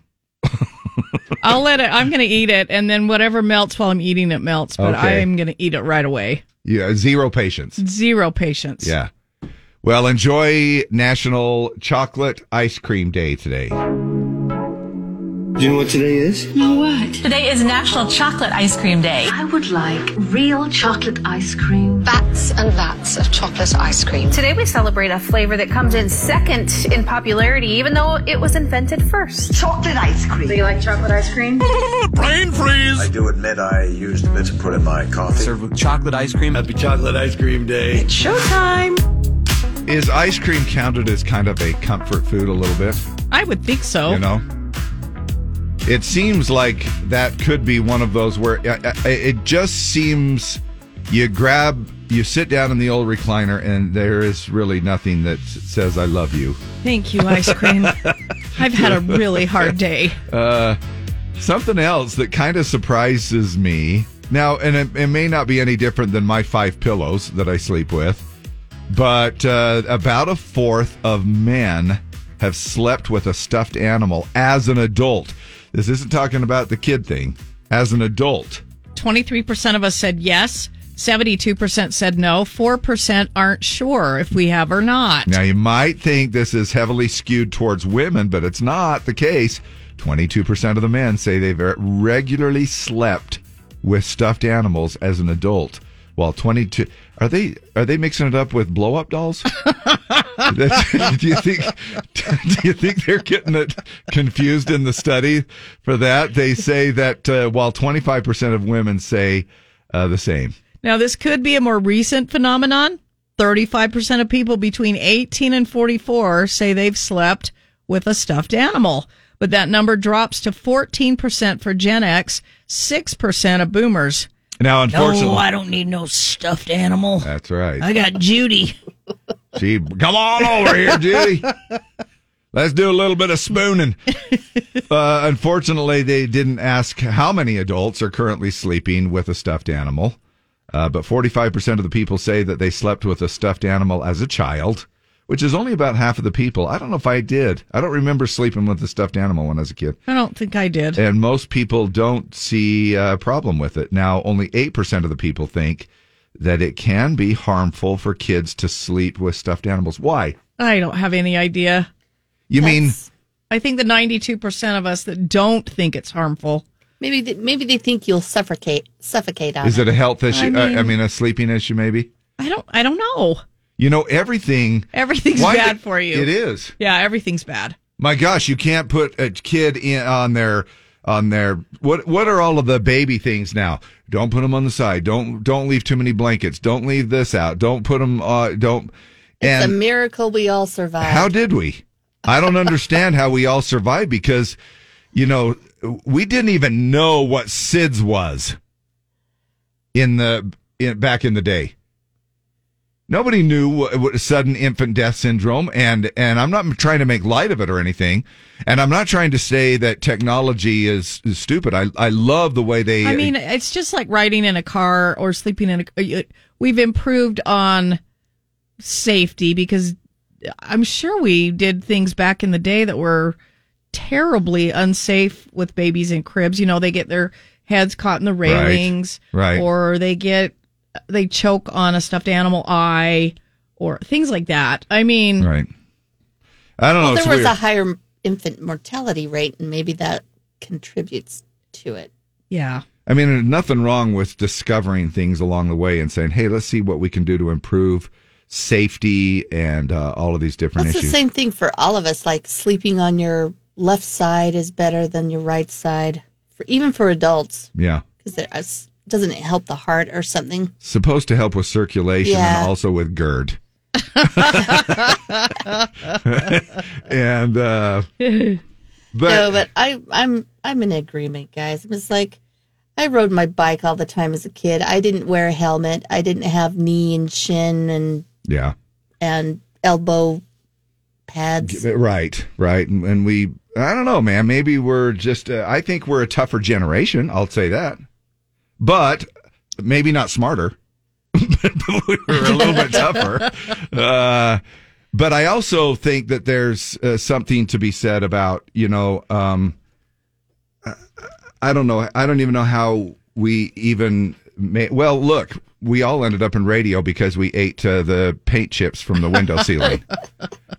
I'll let it. I'm going to eat it, and then whatever melts while I'm eating it melts. But I
Okay.
am going to eat it right away.
Yeah, zero patience.
Zero patience.
Yeah. Well, enjoy National Chocolate Ice Cream Day today. Do you know what today is?
No what? Today is National Chocolate Ice Cream Day. I would like real chocolate ice cream. Bats and bats of chocolate ice cream.
Today we celebrate a flavor that comes in second in popularity, even though it was invented first. Chocolate ice cream. Do you like chocolate ice
[laughs]
cream?
Brain freeze! I do admit I used a bit to put in my coffee. Served with chocolate ice cream. Happy Chocolate Ice Cream Day. It's showtime!
Is ice cream counted as kind of a comfort food a little bit?
I would think so.
You know? It seems like uh, that could be one of those where uh, uh, it just seems you grab You sit down in the old recliner, and there is really nothing that s- says "I love you."
Thank you, ice
[laughs]
cream. I've had a really hard day.
Uh, something else that kind of surprises me now, and it, it may not be any different than my five pillows that I sleep with, but uh, about a fourth of men have slept with a stuffed animal as an adult. This isn't talking about the kid thing. As an adult,
23% of us said yes, 72% said no, 4% aren't sure if we have or not.
Now, you might think this is heavily skewed towards women, but it's not the case. 22% of the men say they've regularly slept with stuffed animals as an adult. While 22 are they are they mixing it up with blow up dolls? [laughs] That's- do you think do you think they're getting it confused in the study for that? They say that uh, while 25% of women say uh, the same.
Now, this could be a more recent phenomenon. 35% of people between 18 and 44 say they've slept with a stuffed animal, but that number drops to 14% for Gen X, 6% of boomers.
Now, unfortunately,
No, I don't need no stuffed animal.
That's right.
I got Judy.
She, come on over here, Judy. Let's do a little bit of spooning. uh, unfortunately, they didn't ask how many adults are currently sleeping with a stuffed animal, uh, but 45% of the people say that they slept with a stuffed animal as a child, which is only about half of the people. I don't know if I did. I don't remember sleeping with a stuffed animal when I was a kid.
I don't think I did.
And most people don't see a problem with it. Now, only 8% of the people think that it can be harmful for kids to sleep with stuffed animals. Why?
I don't have any idea.
You mean
I think the 92% of us that don't think it's harmful.
Maybe they, maybe they think you'll suffocate suffocate on
is it a health issue? I mean,
I
I, mean, a sleeping issue maybe?
I don't I don't know. [laughs]
You know, everything
Everything's
Why
bad
did-
for you.
It is.
Yeah, everything's bad.
My gosh, you can't put a kid in on their on their what what are all of the baby things now? Don't put them on the side. Don't don't leave too many blankets. Don't leave this out. Don't put them uh don't
It's a miracle we all survived.
How did we? I don't understand how we all survived because, you know, we didn't even know what SIDS was in the in, back in the day. Nobody knew what, what sudden infant death syndrome, and and I'm not trying to make light of it or anything, and I'm not trying to say that technology is, is stupid. I I love the way they.
I mean, it's just like riding in a car or sleeping in a uh, we've improved on safety because I'm sure we did things back in the day that were terribly unsafe with babies in cribs. You know, they get their heads caught in the railings
right.
or they get they choke on a stuffed animal eye or things like that. I mean,
right. I don't
Well,
know. Oh, it's
there was
weird.
a higher infant mortality rate, and maybe that contributes to it.
Yeah.
I mean, there's nothing wrong with discovering things along the way and saying, "Hey, let's see what we can do to improve safety and uh, all of these different
That's the
issues."
same thing for all of us. Like sleeping on your left side is better than your right side, for even for adults,
yeah,
because it doesn't it help the heart or
[laughs]
something. [laughs]
supposed to help with circulation
Yeah.
and also with GERD. [laughs] and uh, But-
no, but I, I'm I'm in agreement, guys. I'm just like I rode my bike all the time as a kid. I didn't wear a helmet. I didn't have knee and shin and
yeah,
and elbow pads.
right, right, and, and we. I don't know, man. Maybe we're just. Uh, I think we're a tougher generation. I'll say that, but maybe not smarter. [laughs] a little bit tougher. Uh, but I also think that there's uh, something to be said about, you know, um, I- I don't know. I don't even know how we even ma- Well, look, we all ended up in radio because we ate uh, the paint chips from the
[laughs]
window ceiling,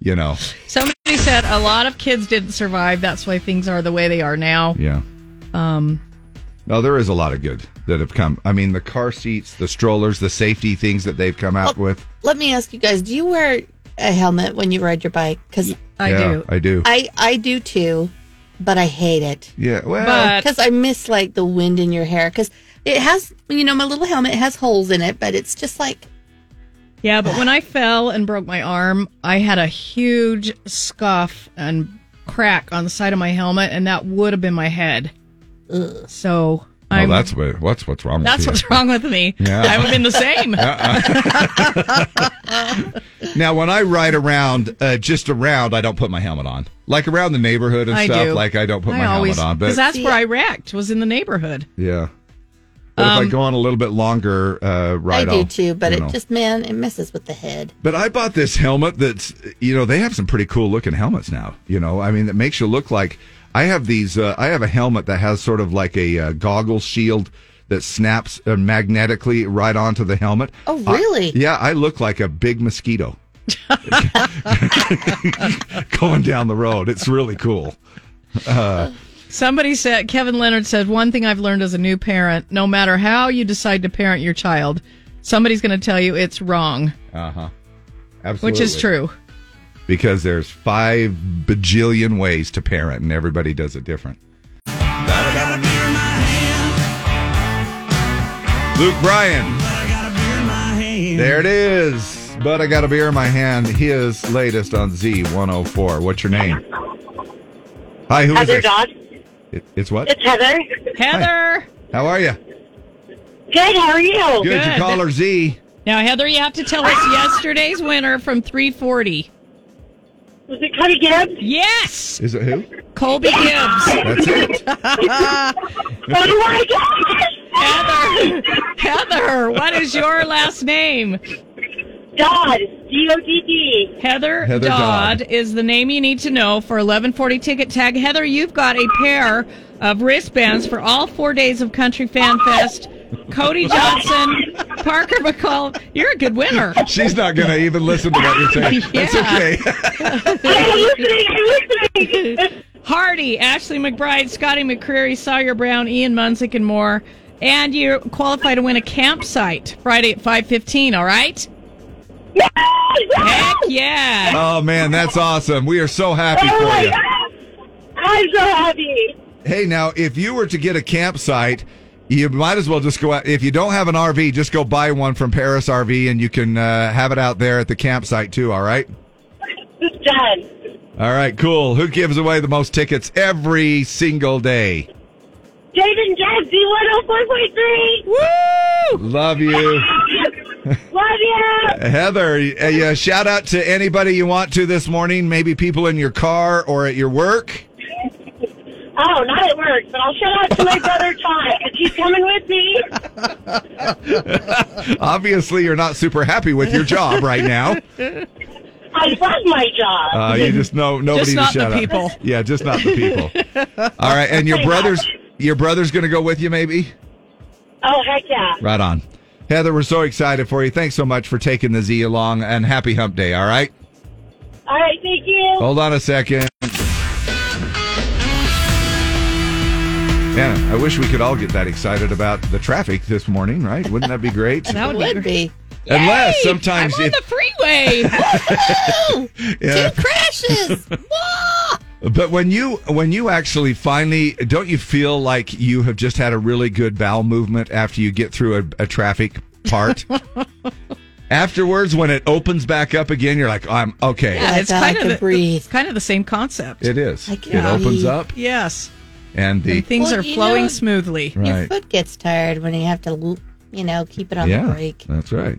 you know.
Somebody said a lot of kids didn't survive. That's why things are the way they are now.
Yeah.
Um,
No, there is a lot of good that have come. I mean, the car seats, the strollers, the safety things that they've come out with.
Let me ask you guys: Do you wear a helmet when you ride your bike? Because
I Yeah, do. I do.
I I do too, but I hate it.
Yeah. Well,
because I miss like the wind in your hair. Because it has, you know, my little helmet has holes in it, but it's just like
Yeah, but when I fell and broke my arm, I had a huge scuff and crack on the side of my helmet, and that would have been my head. So
Oh,
I'm-
that's what what's what's wrong.
That's
with
what's wrong with me.
Yeah. Uh-uh.
I've been the
[laughs]
same.
you.
[laughs]
Now, when I ride around, uh, just around, I don't put my helmet on. Like around the neighborhood and
I
stuff.
do.
Like I don't put my
always,
helmet on. But
Because that's where I wrecked, was in the neighborhood.
yeah. But if I
Um,
go on a little bit longer uh, ride,
I do
I'll,
too, but
you
it
know.
just man, it messes with the head.
But I bought this helmet that's, you know, they have some pretty cool looking helmets now. You know, I mean, that makes you look like. I have these, uh, I have a helmet that has sort of like a uh, goggle shield that snaps uh, magnetically right onto the helmet.
Oh, really?
I- yeah, I look like a big
[laughs]
mosquito [laughs] going down the road. It's really cool. Uh,
Somebody said, Kevin Leonard said, one thing I've learned as a new parent, no matter how you decide to parent your child, somebody's going to tell you it's wrong,
uh huh. Absolutely.
which is true.
Because there's five bajillion ways to parent, and everybody does it different. Luke Bryan. There it is. But I got a beer in my hand. His latest on Z104. What's your name? Hi, who is
Heather
this?
Dodd.
It- it's what?
It's Heather.
Heather.
How are you?
Good. How are you?
Good. You call her Z.
Now, Heather, you have to
[laughs]
tell us yesterday's winner from 340.
Was it Cody Gibbs?
Yes.
Is it who?
Colby Gibbs.
[laughs]
That's it.
Oh Heather.
Heather, what is your last name?
Dodd. D O D D.
Heather,
Heather
Dodd, is the name you need to know for 1140 ticket tag. Heather, you've got a pair of wristbands for all four days of Country Fan Fest.
[laughs]
Cody Johnson, Parker McCall. You're a good winner.
She's not going to even listen to what you're
[laughs]
saying. It's
Yeah.
okay.
Hardy, Ashley McBride, Scotty McCreary, Sawyer Brown, Ian Munzik, and more. And you qualify to win a campsite Friday at 5.15, all right? Heck yeah.
[laughs] Oh, man, that's awesome. We are so happy
Oh
for
my
you.
God. I'm so happy.
Hey, now, if you were to get a campsite, you might as well just go out. If you don't have an RV, just go buy one from Paris RV and you can uh, have it out there at the campsite too, all right?
It's done.
All right, cool. Who gives away the most tickets every single day?
David and Jeff. D one hundred four point three.
Love you.
Love you.
Heather, a, uh shout out to anybody you want to this morning, maybe people in your car or at your work. [laughs]
Oh, not at work, but I'll shout out to my
[laughs]
brother Todd because he's coming with me.
Obviously, you're not super happy with your job right now.
I love my job.
Uh, you just know
Just
nobody to
not the
shout out.
people.
Yeah, just not the people. All right, and your brother's your brother's going to go with you, maybe.
Oh heck yeah!
Right on, Heather. We're so excited for you. Thanks so much for taking the Z along, and happy Hump Day. All right.
All right, thank you.
Hold on a second. Man, I wish we could all get that excited about the traffic this morning, right? Wouldn't that
[laughs]
be great?
That would be.
Unless
Yay!
sometimes
I'm on
if-
the
[laughs]
freeway.
Yeah. [laughs]
Two crashes.
But when you when you actually finally don't you feel like you have just had a really good bowel movement after you get through a, a traffic
[laughs]
part? Afterwards, when it opens back up again, you're like, I'm okay.
Yeah, it's kind of the, breathe. kind of the same concept.
It is.
I
It
can
opens
breathe.
up
Yes.
and the
And things
Well,
are
you
flowing
know-
smoothly.
Your
right.
foot gets tired when you have to, l- you know, keep it on
yeah,
the brake.
That's right.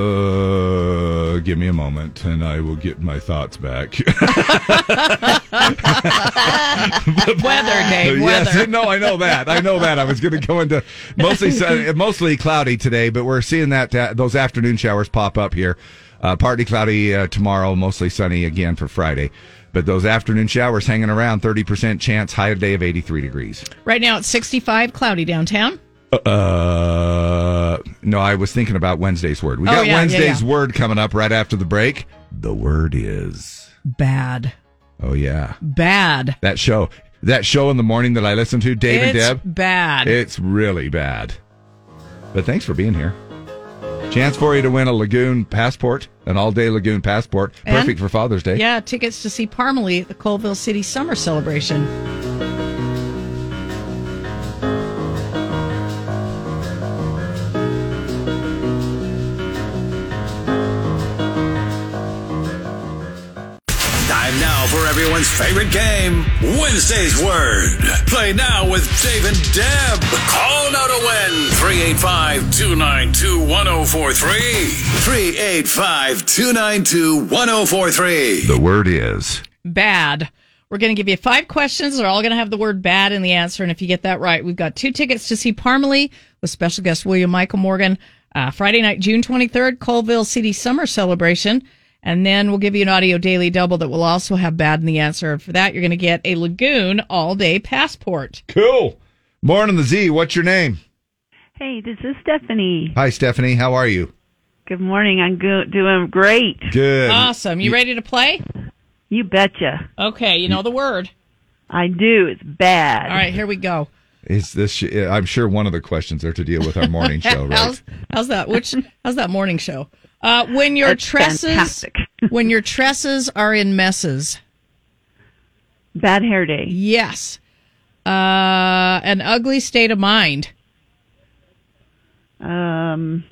Uh, give me a moment, and I will get my thoughts back. [laughs]
weather, Dave.
yes, [laughs]
Weather.
no, I know that. I know that. I was going to go into mostly sun, mostly cloudy today, but we're seeing that uh, those afternoon showers pop up here. Uh, partly cloudy uh, tomorrow, mostly sunny again for Friday. But those afternoon showers hanging around, thirty percent chance, high day of eighty-three degrees.
Right now it's 65, cloudy downtown.
Uh, no, I was thinking about Wednesday's word. We
Oh,
got
yeah, yeah,
Wednesday's
yeah.
word coming up right after the break. The word is
Bad.
oh yeah
Bad.
that show that show in the morning that I listen to Dave and
it's
Deb.
bad.
It's really bad. But thanks for being here. Chance for you to win a Lagoon passport, an all day Lagoon passport.
And-
Perfect for Father's Day.
Yeah, tickets to see Parmalee at the Colville City Summer Celebration.
Dial Time now for everyone's favorite game, Wednesday's Word. Play now with Dave and Deb. Call now to win 385 292 1043. 385 292 1043.
The word is
bad. We're going to give you five questions. They're all going to have the word bad in the answer. And if you get that right, we've got two tickets to see Parmalee with special guest William Michael Morgan uh, Friday night, June 23rd, Colville City Summer Celebration. And then we'll give you an audio daily double that will also have bad in the answer. And for that, you're going to get a Lagoon all day passport.
cool. Morning, the Z. What's your name?
Hey, this is Stephanie.
Hi, Stephanie. How are you?
Good morning. I'm go- doing great.
Good.
Awesome. You ready to play?
You betcha.
Okay. You know the word.
I do. It's bad.
All right. Here we go.
Is this? I'm sure one of the questions are to deal with our
[laughs]
morning show, right?
how's, how's that? Which how's that morning show? Uh, when your
That's
tresses
fantastic. [laughs]
when your tresses are in messes.
Bad hair day.
Yes. Uh, an ugly state of mind.
Um.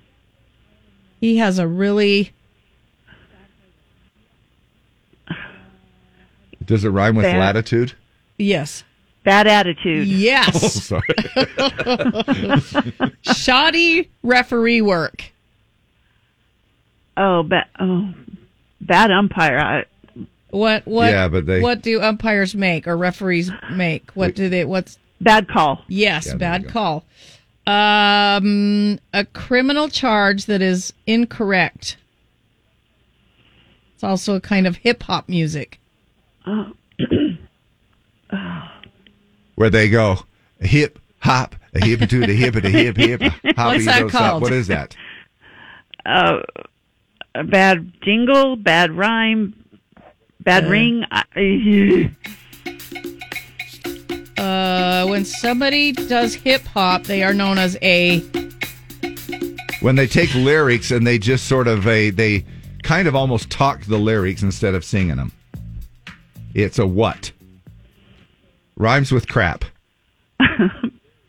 He has a really
Does it rhyme with
Fair.
latitude?
yes.
Bad attitude.
[laughs] Oh,
Yes.
sorry.
Shoddy referee work.
Oh, bad. Oh, bad umpire. I,
What what
Yeah, but they-
what do umpires make or referees make? What do they what's
bad call.
Yes,
Yeah, there you
bad call. Um a criminal charge that is incorrect. It's also a kind of hip hop music.
Oh. [clears throat]
Where they go hip hop a hip to the hip a hip
[laughs]
hip hop.
What's
you
that
don't stop.
called?
What is that?
[laughs] uh, a bad jingle. Bad rhyme. Bad
Uh.
ring. I,
Uh when somebody does hip hop, they are known as a
When they take lyrics and they just sort of a they kind of almost talk the lyrics instead of singing them. It's a what? Rhymes with crap.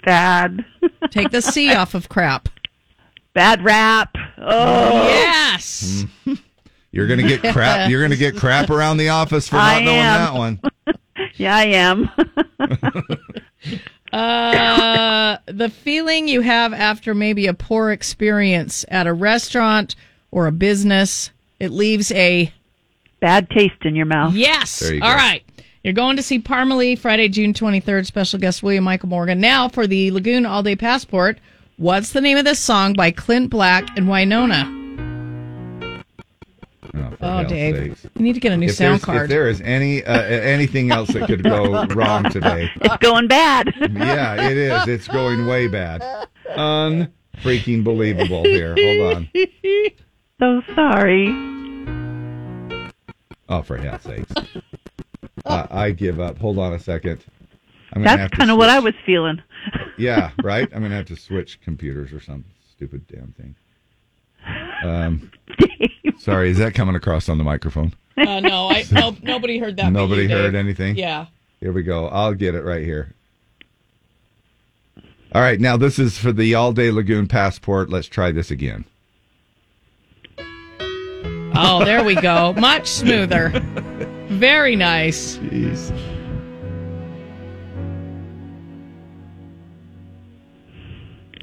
bad.
Take the
[laughs]
C off of crap.
Bad rap. Oh.
Yes.
[laughs] You're gonna get crap. You're gonna get crap around the office
[laughs]
for not
I
knowing
am.
that one. Oh,
Yeah, I am.
Uh, the feeling you have after maybe a poor experience at a restaurant or a business, it leaves a
bad taste in your mouth.
Yes.
There you
All
go.
right. You're going to see Parmalee Friday, June 23rd. Special guest William Michael Morgan. Now for the Lagoon All Day Passport. What's the name of this song by Clint Black and Winona?
Oh, for
Oh,
hell's
Dave.
sakes.
You need to get a new
If
sound
there's- If
card.
there is any uh, anything else that could
[laughs]
go wrong today,
It's going bad.
yeah, it is. It's going way bad. Unfreaking believable here. Hold on.
[laughs] So sorry.
Oh, for hell's sakes. Uh, I give up. Hold on a second. I'm gonna have
That's
to
kind of what
switch-
I was feeling. [laughs]
Yeah, right? I'm going to have to switch computers or some stupid damn thing. Um, sorry, is that coming across on the microphone?
Uh, no, I, no, nobody
[laughs]
heard that. but
Nobody
you did.
heard anything?
Yeah.
Here we go. I'll get it right here. All right, now this is for the All Day Lagoon Passport. Let's try this again.
Oh, there we go. Much smoother. Very nice.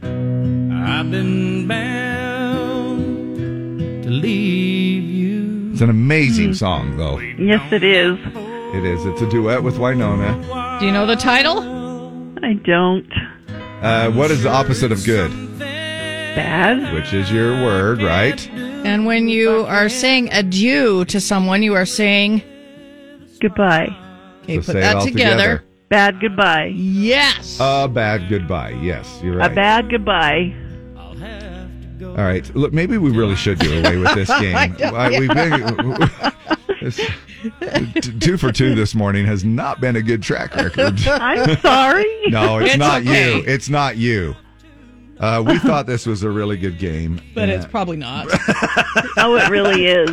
I've been bound to leave you.
It's an amazing song, though.
Yes, it is.
It is. It's a duet with Winona.
Do you know the title?
I don't.
Uh, what is the opposite of good?
Bad.
Which is your word, right?
And when you are saying adieu to someone, you are saying
goodbye.
Okay,
So
put
say it
that
all
together.
together.
Bad goodbye.
Yes.
A bad goodbye. Yes, you're right.
A bad goodbye.
All right. Look, maybe we really should do away with
[laughs]
this game.
[laughs] I know.
Why, we've been- [laughs] this- t- two for two this morning has not been a good track record.
I'm sorry.
No, it's, not
okay.
you. It's not you. Uh, we thought this was a really good game.
But
Yeah.
it's
[laughs]
probably not.
[laughs] oh, it really is.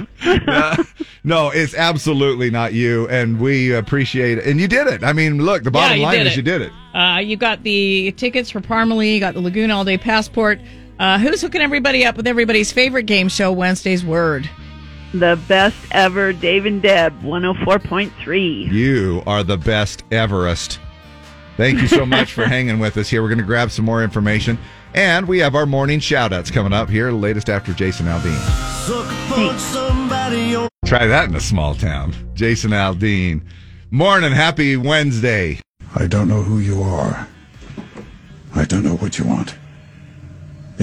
No, it's absolutely not you, and we appreciate it. And you did it. I mean, look, the bottom
you
line
did
is
it.
you did it.
Uh, you got the tickets for Parmalee. You got the Lagoon All Day Passport. Uh, who's hooking everybody up with everybody's favorite game show, Wednesday's Word?
The best ever Dave and Deb
[laughs]
104.3.
You are the best Everest. Thank you so much
[laughs]
for hanging with us here. We're going to grab some more information. And we have our morning shout outs coming up here, latest after Jason Aldean. Try that in a small town. Jason Aldean. Morning. Happy Wednesday.
I don't know who you are. I don't know what you want.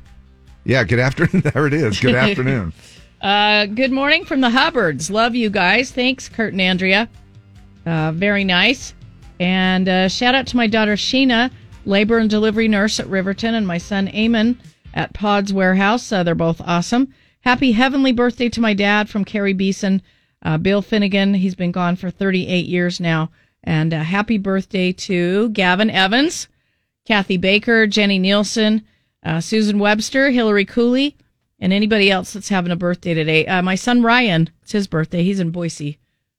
Yeah, good afternoon. [laughs] There it is.
[laughs]
Good afternoon.
Uh, good morning from the Hubbards. Love you guys. Thanks, Kurt and Andrea. Uh, very nice. And uh, shout out to my daughter Sheena, labor and delivery nurse at Riverton, and my son Eamon at Pod's Warehouse. Uh, they're both awesome. Happy heavenly birthday to my dad from Carrie Beeson, uh, Bill Finnegan. He's been gone for 38 years now. And uh, happy birthday to Gavin Evans. Kathy Baker, Jenny Nielsen, uh, Susan Webster, Hillary Cooley, and anybody else that's having a birthday today. Uh, my son Ryan, it's his birthday. He's in Boise,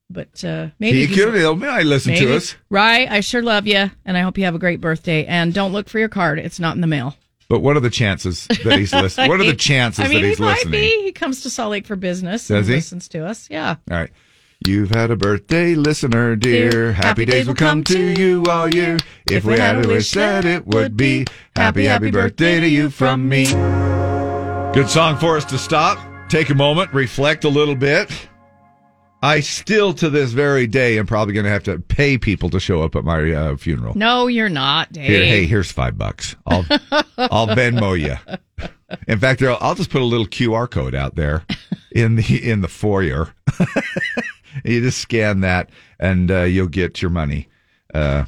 but uh, maybe
he
he's-
could have might listen
maybe-
to us.
Rye, I sure love you, and I hope you have a great birthday. And don't look for your card; it's not in the mail.
But what are the chances that he's listening? What are the chances
I mean,
that he's
[laughs] he
listening?
might be. He comes to Salt Lake for business.
Does
and
he?
Listens to us. Yeah.
All right. You've had a birthday, listener dear.
Dear.
Happy, days will come to you all year. If we had a wish that it would be happy, happy birthday to you from me. Good song for us to stop, take a moment, reflect a little bit. I still, to this very day, am probably going to have to pay people to show up at my uh, funeral.
No, you're not, Dave.
Here, hey, here's five bucks. I'll
[laughs]
I'll Venmo you. In fact, there- I'll just put a little QR code out there in the in the foyer. [laughs] you just scan that, and uh, you'll get your money. Uh,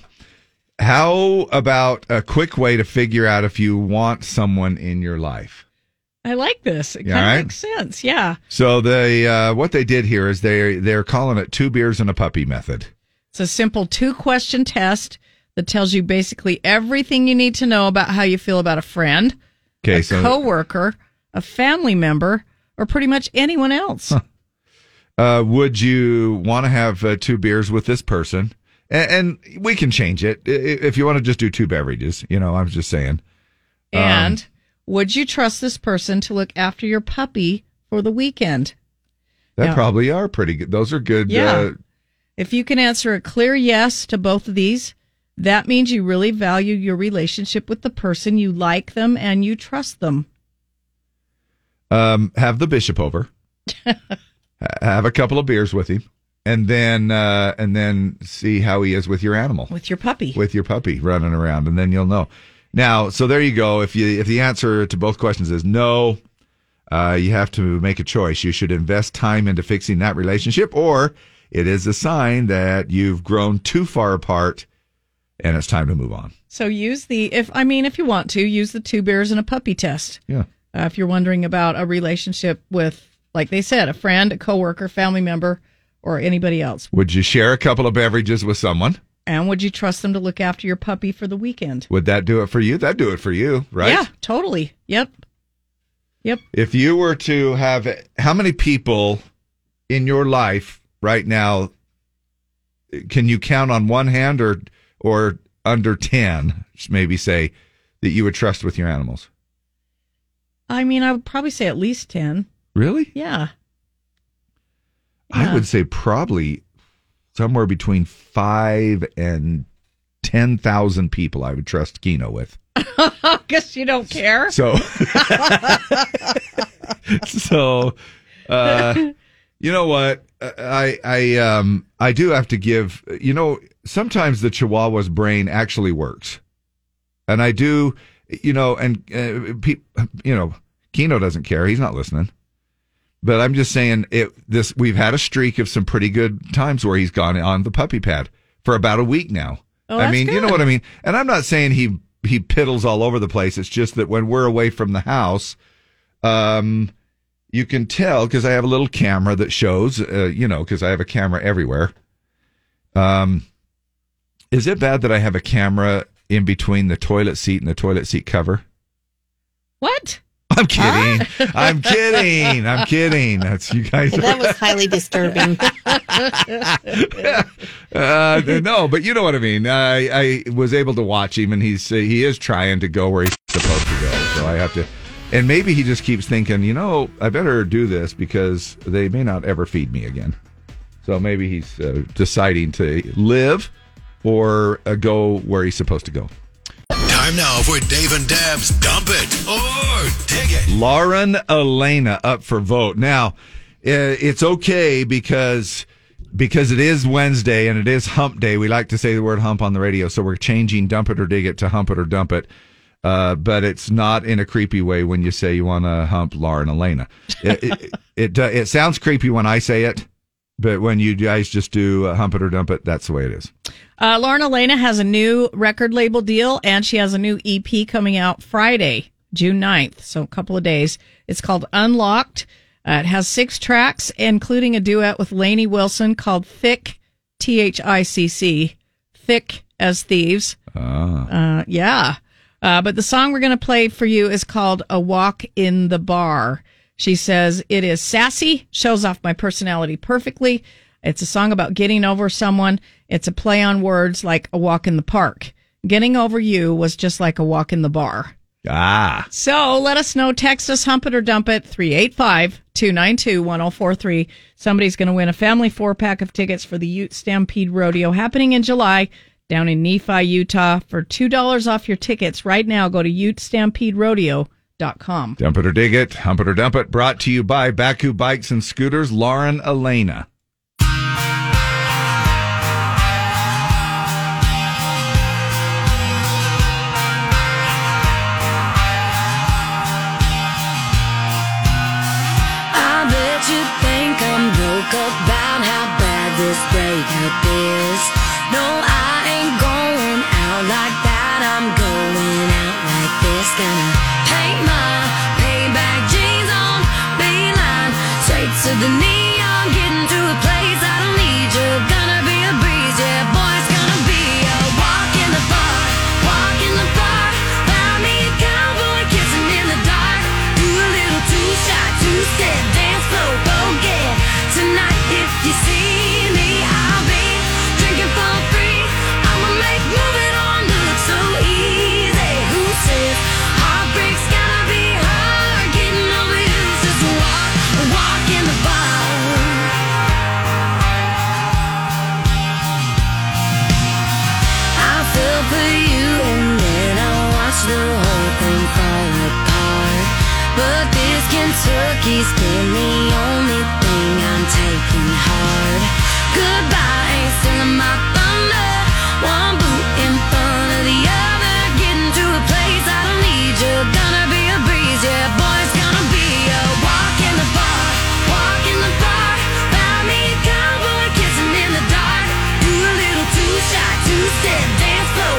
how about a quick way to figure out if you want someone in your life?
I like this. It
You all
kind of
right?
makes sense. Yeah.
So they uh, what they did here is they they're calling it two beers and a puppy method.
It's a simple two question test that tells you basically everything you need to know about how you feel about a friend,
Okay,
a
so
coworker, a family member, or pretty much anyone else.
uh, would you want to have uh, two beers with this person? And, and we can change it I- i- if you want to just do two beverages. You know, I'm just saying. Um,
And would you trust this person to look after your puppy for the weekend?
that
no.
probably are pretty good. Those are good.
Yeah.
Uh,
If you can answer a clear yes to both of these, that means you really value your relationship with the person. You like them and you trust them.
um, have the bishop
[laughs]
over. Ha- have a couple of beers with him, and then uh, and then see how he is with your animal,
with your puppy,
with your puppy running around, and then you'll know. Now, so there you go. If you if the answer to both questions is no, uh, you have to make a choice. You should invest time into fixing that relationship, or it is a sign that you've grown too far apart and it's time to move on.
So use the if I mean if you want to use the two bears and a puppy test.
Yeah.
Uh, if you're wondering about a relationship with, like they said, a friend, a coworker, family member, or anybody else,
Would you share a couple of beverages with someone?
and would you trust them to look after your puppy for the weekend?
Would that do it for you? That'd do it for you, right?
Yeah, totally. Yep.
If you were to have how many people in your life right now can you count on one hand or or under 10 maybe say that you would trust with your animals?
I mean, I would probably say at least ten.
Really?
Yeah.
I would say probably somewhere between 5 and 10,000 people I would trust Kino with.
Guess you don't care.
So [laughs] so uh you know what i i um i do have to give you know sometimes the chihuahua's brain actually works and i do you know and uh, pe- you know kino doesn't care he's not listening but i'm just saying it this we've had a streak of some pretty good times where he's gone on the puppy pad for about a week now
Oh,
i
that's
mean you know
good.
what i mean and i'm not saying he he piddles all over the place it's just that when we're away from the house um, you can tell because I have a little camera that shows, uh, you know, because I have a camera everywhere. Um, is it bad that I have a camera in between the toilet seat and the toilet seat cover? [laughs]
What?
I'm kidding. I'm kidding. I'm kidding. That's you
[laughs]
guys.
that was highly
[laughs]
disturbing. [laughs]
Uh, no, but you know what I mean. I, I was able to watch him, and he's he is trying to go where he's supposed to go. So I have to, and maybe he just keeps thinking, you know, I better do this because they may not ever feed me again. So maybe he's uh, deciding to live or uh, go where he's supposed to go.
Time now for Dave and Dab's Dump It or Dig It.
Lauren Elena up for vote. Now, uh, it's okay because because it is Wednesday and it is Hump Day. We like to say the word hump on the radio, so we're changing dump it or dig it to hump it or dump it. Uh, but it's not in a creepy way when you say you want to hump Lauren Elena. It it, it, do- it sounds creepy when I say it, but when you guys just do uh, hump it or dump it, that's the way it is.
Uh, Lauren Elena has a new record label deal and she has a new EP coming out Friday, June 9th. So a couple of days. It's called Unlocked. Uh, it has six tracks, including a duet with Lainey Wilson called Thick, T H I C C, Thick as Thieves. Uh, yeah. Uh, but the song we're going to play for you is called A Walk in the Bar. She says it is sassy, shows off my personality perfectly. It's a song about getting over someone. It's a play on words like a walk in the park. Getting over you was just like a walk in the bar.
Ah.
So let us know. Text us, hump it or dump it, 385 292 1043. Somebody's going to win a family four pack of tickets for the Ute Stampede Rodeo happening in July down in Nephi, Utah. For $2 off your tickets right now, go to utestampederodeo.com.
Dump it or dig it, hump it or dump it. Brought to you by Baku Bikes and Scooters, Lauren Elena.
I bet you think I'm broke about how bad this breakup is. No, I ain't going out like that. I'm going out like this. Gonna paint my payback jeans on beeline straight to the neon. Getting to a place I don't need you. Gonna be a breeze, yeah, boy. It's gonna be a walk in the park, walk in the park. Buy me a cowboy kissing in the dark. Do a little too shy, too scared. Dance floor, bogey. Tonight, if you see me, I'll be drinking for free. I'ma make moving on look so easy. Who says heartbreak's gotta be hard? Getting over you's just a walk, a walk in the bar. I fell for you and then I watched the whole thing fall apart. But this Kentucky spin the only thing I'm taking hard. Goodbye ain't stealing my thunder. One boot in front of the other, getting to a place I don't need you. Gonna be a breeze, yeah, boy, it's gonna be a walk in the bar, walk in the bar. Buy me a cowboy kissing in the dark. Do a little too shy, too step dance floor,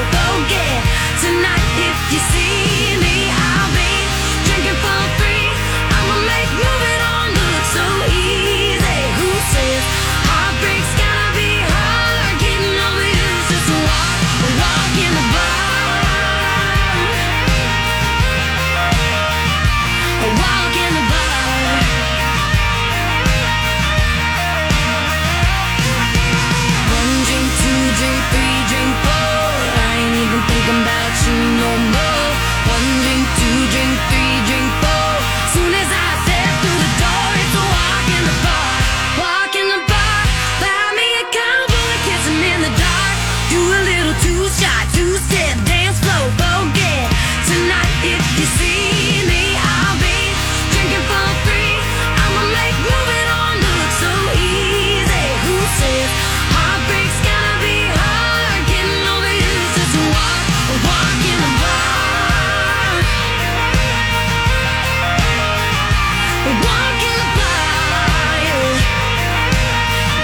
you see me, I'll be drinking for free. I'ma make moving on look so easy. Who says heartbreak's gotta be hard? Getting over you is just a walk, a walk in the barn. A walk in the barn. One drink, two drink, three drink, four. I ain't even thinking about you no more. One drink, two drink, three drink, four. Soon as I step through the door, it's a walk in the bar. Walk in the bar. Buy me a combo and kiss 'em in the dark. Do a little two shot, two step, dance floor, forget. Tonight, if you see me, I'll be drinking for free. I'ma make moving on look so easy. Who says heartbreak's gotta be hard? Getting over you is just a walk, a walk in the bar. A walk in the bar, yeah.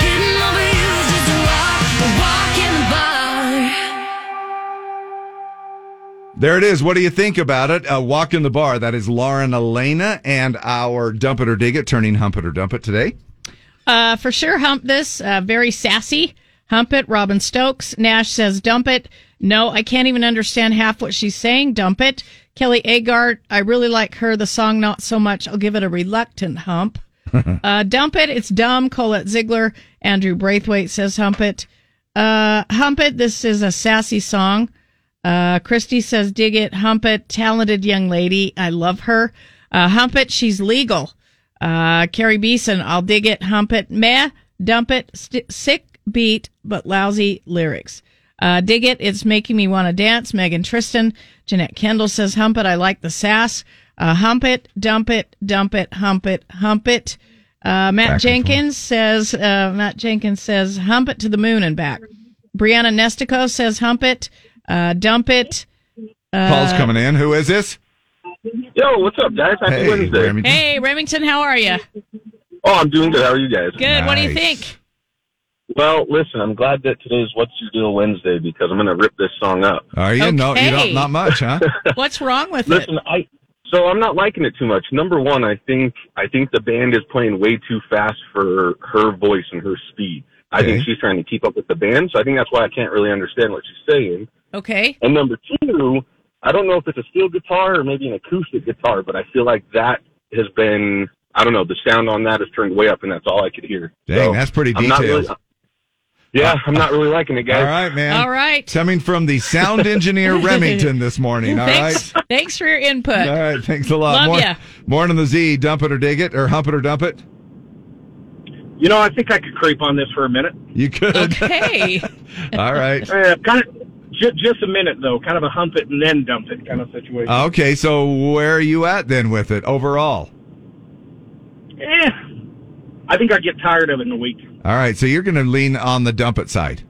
Getting over you is just a walk, a walk in the bar.
There it is. What do you think about it? Uh, Walk in the Bar. That is Lauren Elena and our Dump It or Dig It, turning Hump It or Dump It today.
Uh, for sure, hump this. Uh, very sassy. Hump it. Robin Stokes. Nash says, dump it. No, I can't even understand half what she's saying. Dump it. Kelly Agart. I really like her. The song, not so much. I'll give it a reluctant hump. Uh, dump it. It's dumb. Colette Ziegler. Andrew Braithwaite says, hump it. Uh, hump it. This is a sassy song. Uh, Christy says, dig it. Hump it. Talented young lady. I love her. Uh, hump it. She's legal. Uh, Carrie Beeson, I'll dig it, hump it, meh, dump it, st- sick beat, but lousy lyrics. Uh, dig it, it's making me want to dance. Megan Tristan, Jeanette Kendall says, hump it, I like the sass. Uh, hump it, dump it, dump it, hump it, hump it. Uh, Matt Jenkins says, uh, Matt Jenkins says, hump it to the moon and back. Brianna Nestico says, hump it, uh, dump it. Uh,
Paul's coming in. Who is this?
Yo, what's up, guys? Happy
Hey,
Wednesday.
Remington.
Hey, Remington, how are you?
Oh, I'm doing good. How are you guys?
Good. What do you think?
Well, listen, I'm glad that today's What's Your Deal Wednesday because I'm going to rip this song up.
Are you? No, you
Okay.
don't. Not much, huh?
[laughs] What's wrong with it?
listen, I so I'm not liking it too much. Number one, I think I think the band is playing way too fast for her voice and her speed. I think she's trying to keep up with the band, so I think that's why I can't really understand what she's saying.
Okay.
And number two, I don't know if it's a steel guitar or maybe an acoustic guitar, but I feel like that has been I don't know, the sound on that is turned way up and that's all I could hear.
Dang,
So,
that's pretty
I'm not really-
detailed.
yeah, I'm not really liking it, guys.
All right, man.
All right.
Coming from the sound
[laughs]
engineer Remington this morning. All right.
thanks, thanks for your input.
All right. Thanks a lot.
Love
more,
ya.
more on the Z. Dump it or dig it, or hump it or dump it.
You know, I think I could creep on this for a minute.
You could.
Okay.
[laughs] All right.
Uh, kind of, ju- just a minute though, kind of a hump it and then dump it kind of situation.
Okay. So where are you at then with it overall?
Eh, I think I get tired of it in a week.
All right. So you're going to lean on the dump it side.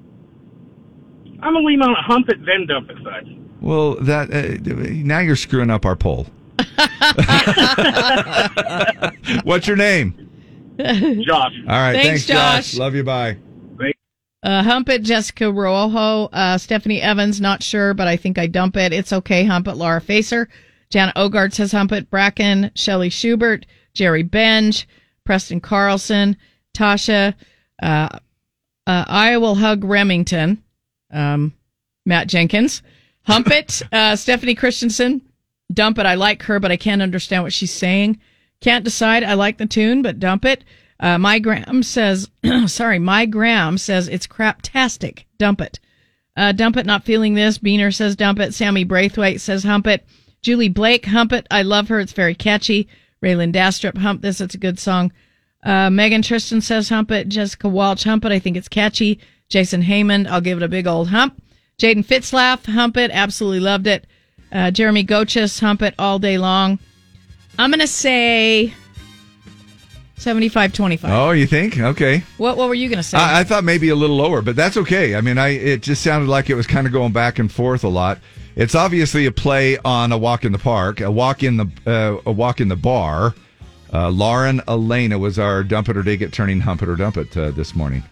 I'm gonna lean on a hump it then dump it side.
Well, that uh, now you're screwing up our poll. What's your name?
[laughs]
Josh.
All right. Thanks,
Thanks, Josh.
Love you. Bye.
Uh, hump it, Jessica Rojo. Uh, Stephanie Evans, not sure, but I think I dump it. It's okay. Hump it, Laura Facer. Janet Ogard says hump it. Bracken, Shelly Schubert, Jerry Benj, Preston Carlson, Tasha. Uh, uh, I will hug Remington. Um, Matt Jenkins. Hump it, uh, Stephanie Christensen. Dump it. I like her, but I can't understand what she's saying. Can't decide. I like the tune, but dump it. Uh, my Graham says, [clears throat] sorry, my Graham says it's craptastic. Dump it. Uh, dump it. Not feeling this. Beener says dump it. Sammy Braithwaite says hump it. Julie Blake hump it. I love her. It's very catchy. Raylan Dastrup hump this. It's a good song. Uh, Megan Tristan says hump it. Jessica Walsh hump it. I think it's catchy. Jason Heyman, I'll give it a big old hump. Jaden Fitzlaff hump it. Absolutely loved it. Uh, Jeremy Gochis hump it all day long. I'm gonna say 75 25.
Oh, you think? Okay.
What what were you gonna say?
I, I thought maybe a little lower, but that's okay. I mean, I it just sounded like it was kind of going back and forth a lot. It's obviously a play on a walk in the park, a walk in the uh, a walk in the bar. Uh, Lauren Elena was our dump it or dig it, turning hump it or dump it uh, this morning.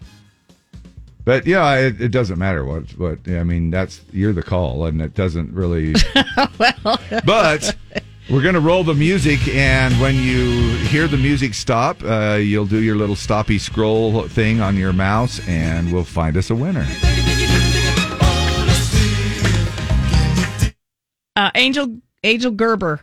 But yeah, it, it doesn't matter what what I mean. That's you're the call, and it doesn't
[laughs]
really. but we're gonna roll the music, and when you hear the music stop, uh, you'll do your little stoppy scroll thing on your mouse, and we'll find us a winner.
Uh, Angel Angel Gerber.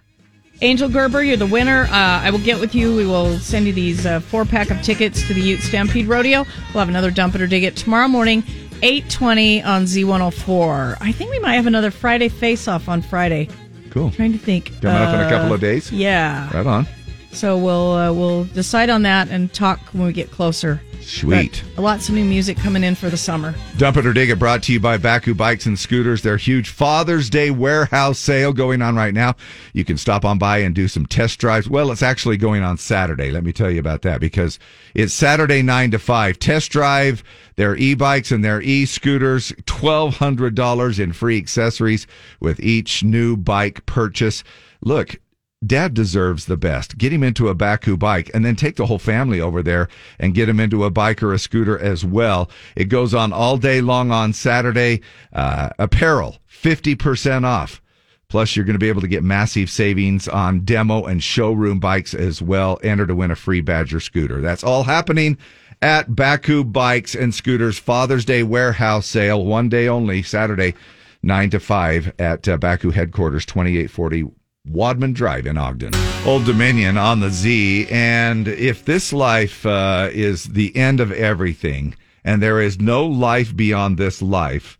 Angel Gerber, you're the winner. Uh, I will get with you. We will send you these uh, four pack of tickets to the Ute Stampede Rodeo. We'll have another dump it or dig it tomorrow morning, eight twenty on Z104. I think we might have another Friday face off on Friday.
Cool.
trying to think.
Coming up in a
Uh,
couple of days.
Yeah.
Right on.
So we'll uh, we'll decide on that and talk when we get closer.
Sweet.
But lots of new music coming in for the summer.
Dump It or Dig It brought to you by Baku Bikes and Scooters. Their huge Father's Day warehouse sale going on right now. You can stop on by and do some test drives. Well, it's actually going on Saturday. Let me tell you about that because it's Saturday 9 to 5. Test drive their e bikes and their e scooters. $1,200 in free accessories with each new bike purchase. Look, Dad deserves the best. Get him into a Baku bike and then take the whole family over there and get him into a bike or a scooter as well. It goes on all day long on Saturday. Uh, apparel, 50% off. Plus, you're going to be able to get massive savings on demo and showroom bikes as well. Enter to win a free Badger scooter. That's all happening at Baku Bikes and Scooters Father's Day Warehouse Sale, one day only, Saturday, 9 to 5 at uh, Baku headquarters, 2840 Wadman Drive in Ogden. Old Dominion on the Z. And if this life uh, is the end of everything and there is no life beyond this life,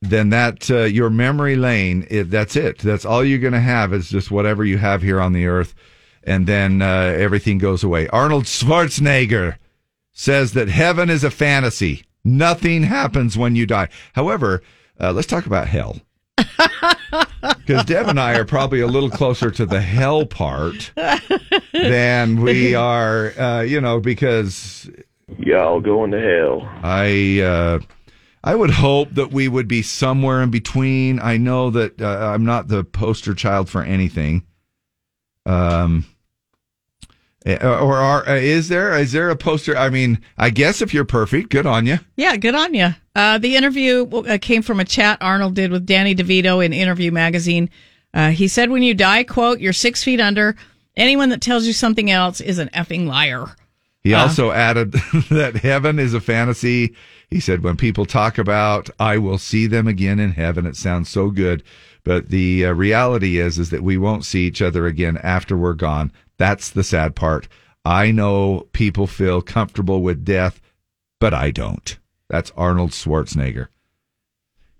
then that uh, your memory lane it, that's it that's all you're going to have is just whatever you have here on the earth and then uh, everything goes away arnold schwarzenegger says that heaven is a fantasy nothing happens when you die however uh, let's talk about hell because deb and i are probably a little closer to the hell part
[laughs]
than we are uh, you know because
Y'all going to hell.
I uh, I would hope that we would be somewhere in between. I know that uh, I'm not the poster child for anything. Um, eh, or are uh, is there is there a poster? I mean, I guess if you're perfect, good on you.
Yeah, good on you. Uh, the interview uh, came from a chat Arnold did with Danny DeVito in Interview Magazine. Uh, he said, "When you die, quote, you're six feet under. Anyone that tells you something else is an effing liar."
He
Uh,
also added [laughs] that heaven is a fantasy. He said, when people talk about, I will see them again in heaven, it sounds so good. But the uh, reality is, is that we won't see each other again after we're gone. That's the sad part. I know people feel comfortable with death, but I don't. That's Arnold Schwarzenegger.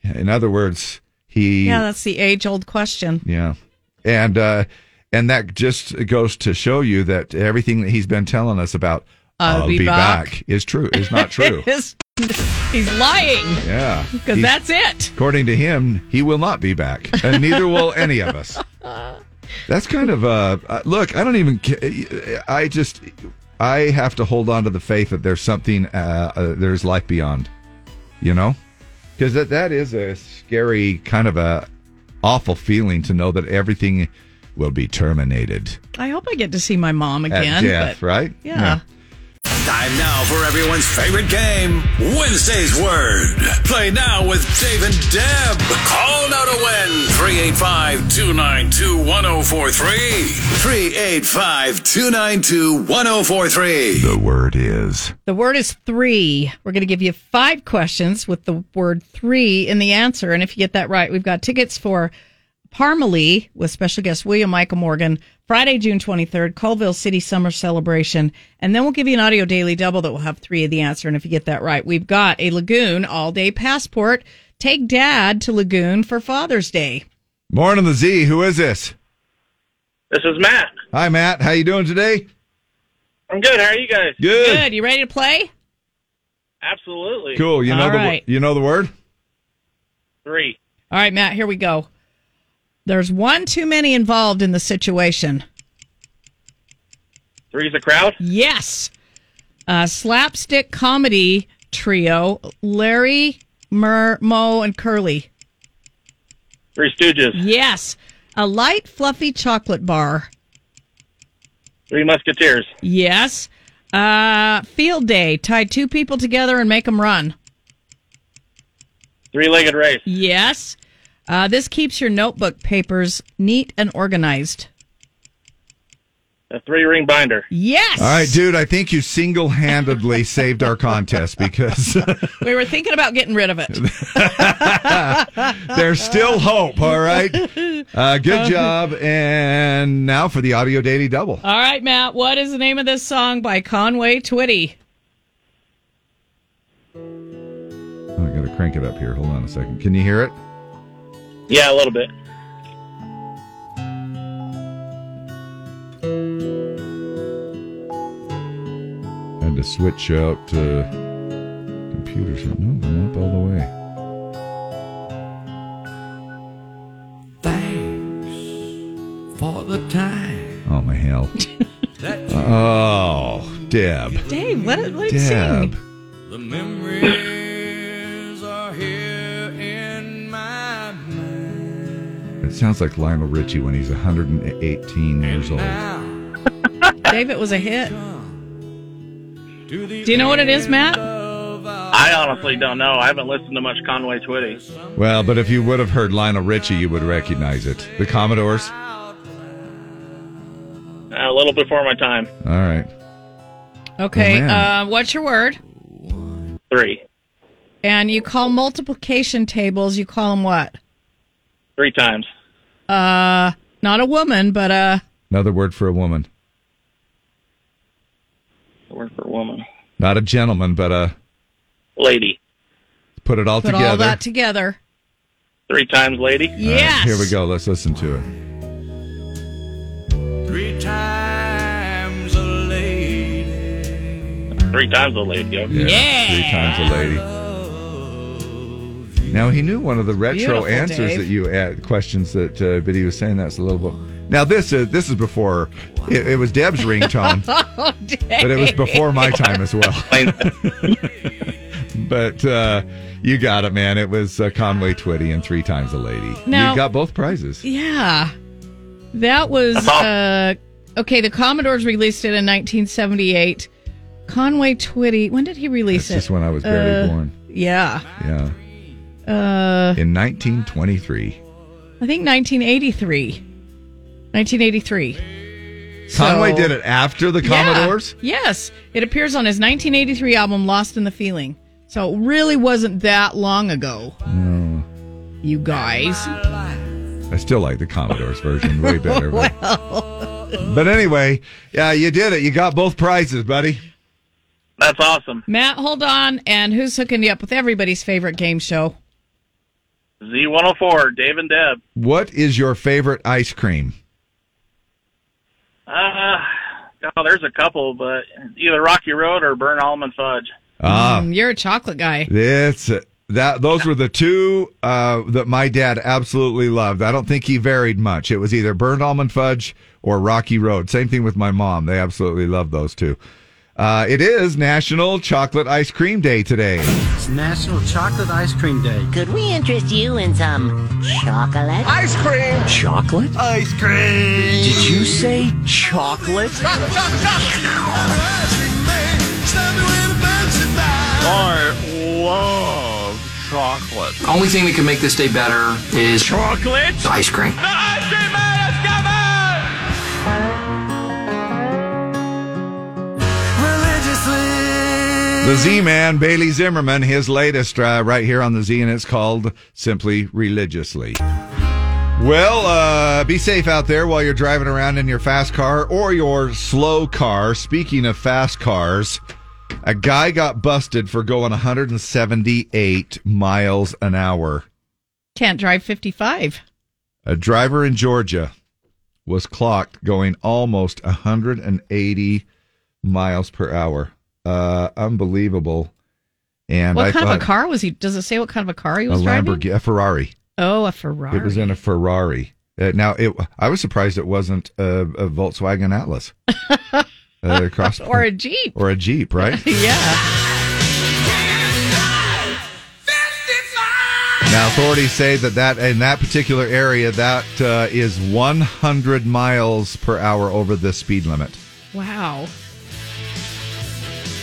In other words, he.
yeah, that's the age-old question.
Yeah. And uh and that just goes to show you that everything that he's been telling us about
I'll be back.
is true is
[laughs]
not true.
It's- He's lying
yeah.
because
He's-
that's it.
According to him, he will not be back, and neither will any of us. That's kind of uh, uh, look. I don't even. ca- uh, I just. I have to hold on to the faith that there's something. Uh, uh, there's life beyond. You know, because that that is a scary kind of a awful feeling to know that everything will be terminated
I hope I get to see my mom
at
again.
death,
but-
right?
Yeah.
Time now for everyone's favorite game, Wednesday's Word. Play now with Dave and Deb. Call now to win 385 292 1043. 385 292 1043.
The word is.
The word is three. We're going to give you five questions with the word three in the answer. And if you get that right, we've got tickets for Parmalee with special guest William Michael Morgan, Friday, June 23rd, Colville City Summer Celebration. And then we'll give you an audio daily double that will have three of the answer. And if you get that right, we've got a Lagoon all day passport. Take dad to Lagoon for Father's Day.
Morning, the Z. Who is this?
This is Matt.
Hi, Matt. How you doing today?
I'm good. How are you guys?
Good. You ready to play?
Absolutely.
Cool. You know
All
the
right.
you know the word.
Three.
All right, Matt, here we go. There's one too many involved in the situation.
Three's a crowd.
Yes. Uh, slapstick comedy trio Larry, Mer, Mo, and Curly.
Three Stooges.
Yes. A light, fluffy chocolate bar.
Three Musketeers.
Yes. Uh, field day. Tie two people together and make them run.
Three-legged race.
Yes. Uh, this keeps your notebook papers neat and organized.
A three-ring binder.
Yes.
All right, dude, I think you single handedly saved our contest because [laughs]
We were thinking about getting rid of it.
there's still hope. All
[laughs]
right. Uh, good job. And now for the audio daily double.
All right, Matt, what is the name of this song by Conway Twitty?
Oh, I got to crank it up here. Hold on a second. Can you hear it?
Yeah, a little bit.
Had to switch out to computers. No, I'm up all the way.
For the time.
Oh, my hell. oh, Deb.
Dave, what a late
Deb.
The memories are here in my
It sounds like Lionel Richie when he's 118 years old.
Dave, it was a hit. Do you know what it is, Matt?
I honestly don't know. I haven't listened to much Conway Twitty.
Well, but if you would have heard Lionel Richie, you would recognize it. The Commodores.
Uh, A little before my time.
All right.
Okay.
Oh, man.
uh, what's your word?
Three.
And you call multiplication tables, you call them what?
Three times.
Uh, not a woman, but uh, a.
Another word for a woman.
The word for woman.
Not a gentleman, but a
Lady.
put it all
Put
together.
all that together.
Three times lady?
All right, here we go. Let's listen to it.
Three times a lady.
Three times the lady. Okay.
Yeah. Three times a lady. Now he knew one of the retro
Beautiful,
answers
Dave.
that you had, questions that, uh, but he was saying that's a little. Bit. Now this is this is before it, it was Deb's ringtone.
[laughs] oh, Dave.
but it was before my time as well. [laughs] but uh, you got it, man. It was uh, Conway Twitty and three times a lady.
Now-
you got both prizes.
Yeah. That was
[laughs]
uh okay, the Commodores released it in 1978. Conway Twitty, when did he release it?
That's just when I was barely
Uh,
born.
Yeah.
Yeah,
Uh
in 1923,
I think 1983. 1983.
Conway
So-
did it after the Commodores.
Yeah. Yes. It appears on his 1983 album Lost in the Feeling. So it really wasn't that long ago,
No,
you guys.
I still like the Commodores version
[laughs]
way better. But,
well,
but anyway, yeah, you did it. You got both prizes, buddy.
That's awesome.
Matt, hold on. And who's hooking you up with everybody's favorite game show?
Z104, Dave and Deb.
What is your favorite ice cream?
Uh, oh, there's a couple, but either Rocky Road or Burn Almond Fudge.
Ah,
Mm, you're a chocolate guy.
That's it. That those were the two uh, that my dad absolutely loved. I don't think he varied much. It was either burned almond fudge or Rocky Road. Same thing with my mom. They absolutely loved those two. Uh, it is National Chocolate Ice Cream Day today.
It's National Chocolate Ice Cream Day.
Could we interest you in some chocolate? Ice cream!
Chocolate?
Ice cream!
Did you say chocolate?
I love chocolate.
Only thing that can make this day better is
Chocolate?
ice cream.
The Z Man, Bailey Zimmerman, his latest uh, right here on the Z, and it's called Simply Religiously. Well, uh, be safe out there while you're driving around in your fast car or your slow car. Speaking of fast cars, a guy got busted for going 178 miles an hour.
Can't drive 55.
A driver in Georgia was clocked going almost 180 miles per hour. Uh, unbelievable. And
what
I
kind
thought
of a car was he? Does it say what kind of a car he
a
was driving?
Lamborghini, a Ferrari.
Oh, a Ferrari.
It was in a Ferrari. Uh, now, it, I was surprised it wasn't a, a Volkswagen
[laughs]
Atlas. Uh, cross-
or a Jeep.
Or a Jeep,
[laughs]
right?
[laughs] yeah.
Now, authorities say that, that in that particular area, that uh, is 100 miles per hour over the speed limit.
Wow.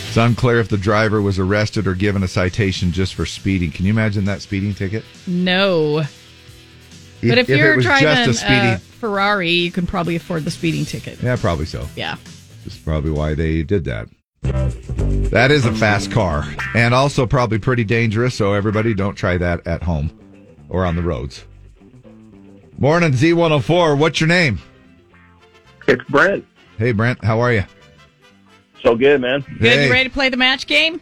It's unclear if the driver was arrested or given a citation just for speeding. Can you imagine that speeding ticket?
No. But if, you're driving uh, a Ferrari, you can probably afford the speeding ticket.
yeah, probably so.
Yeah.
That's probably why they did that. That is a fast car and also probably pretty dangerous, so everybody don't try that at home or on the roads. Morning, Z104. What's your name?
It's Brent.
Hey, Brent. How are you?
So good, man.
Good. You ready to play the match game?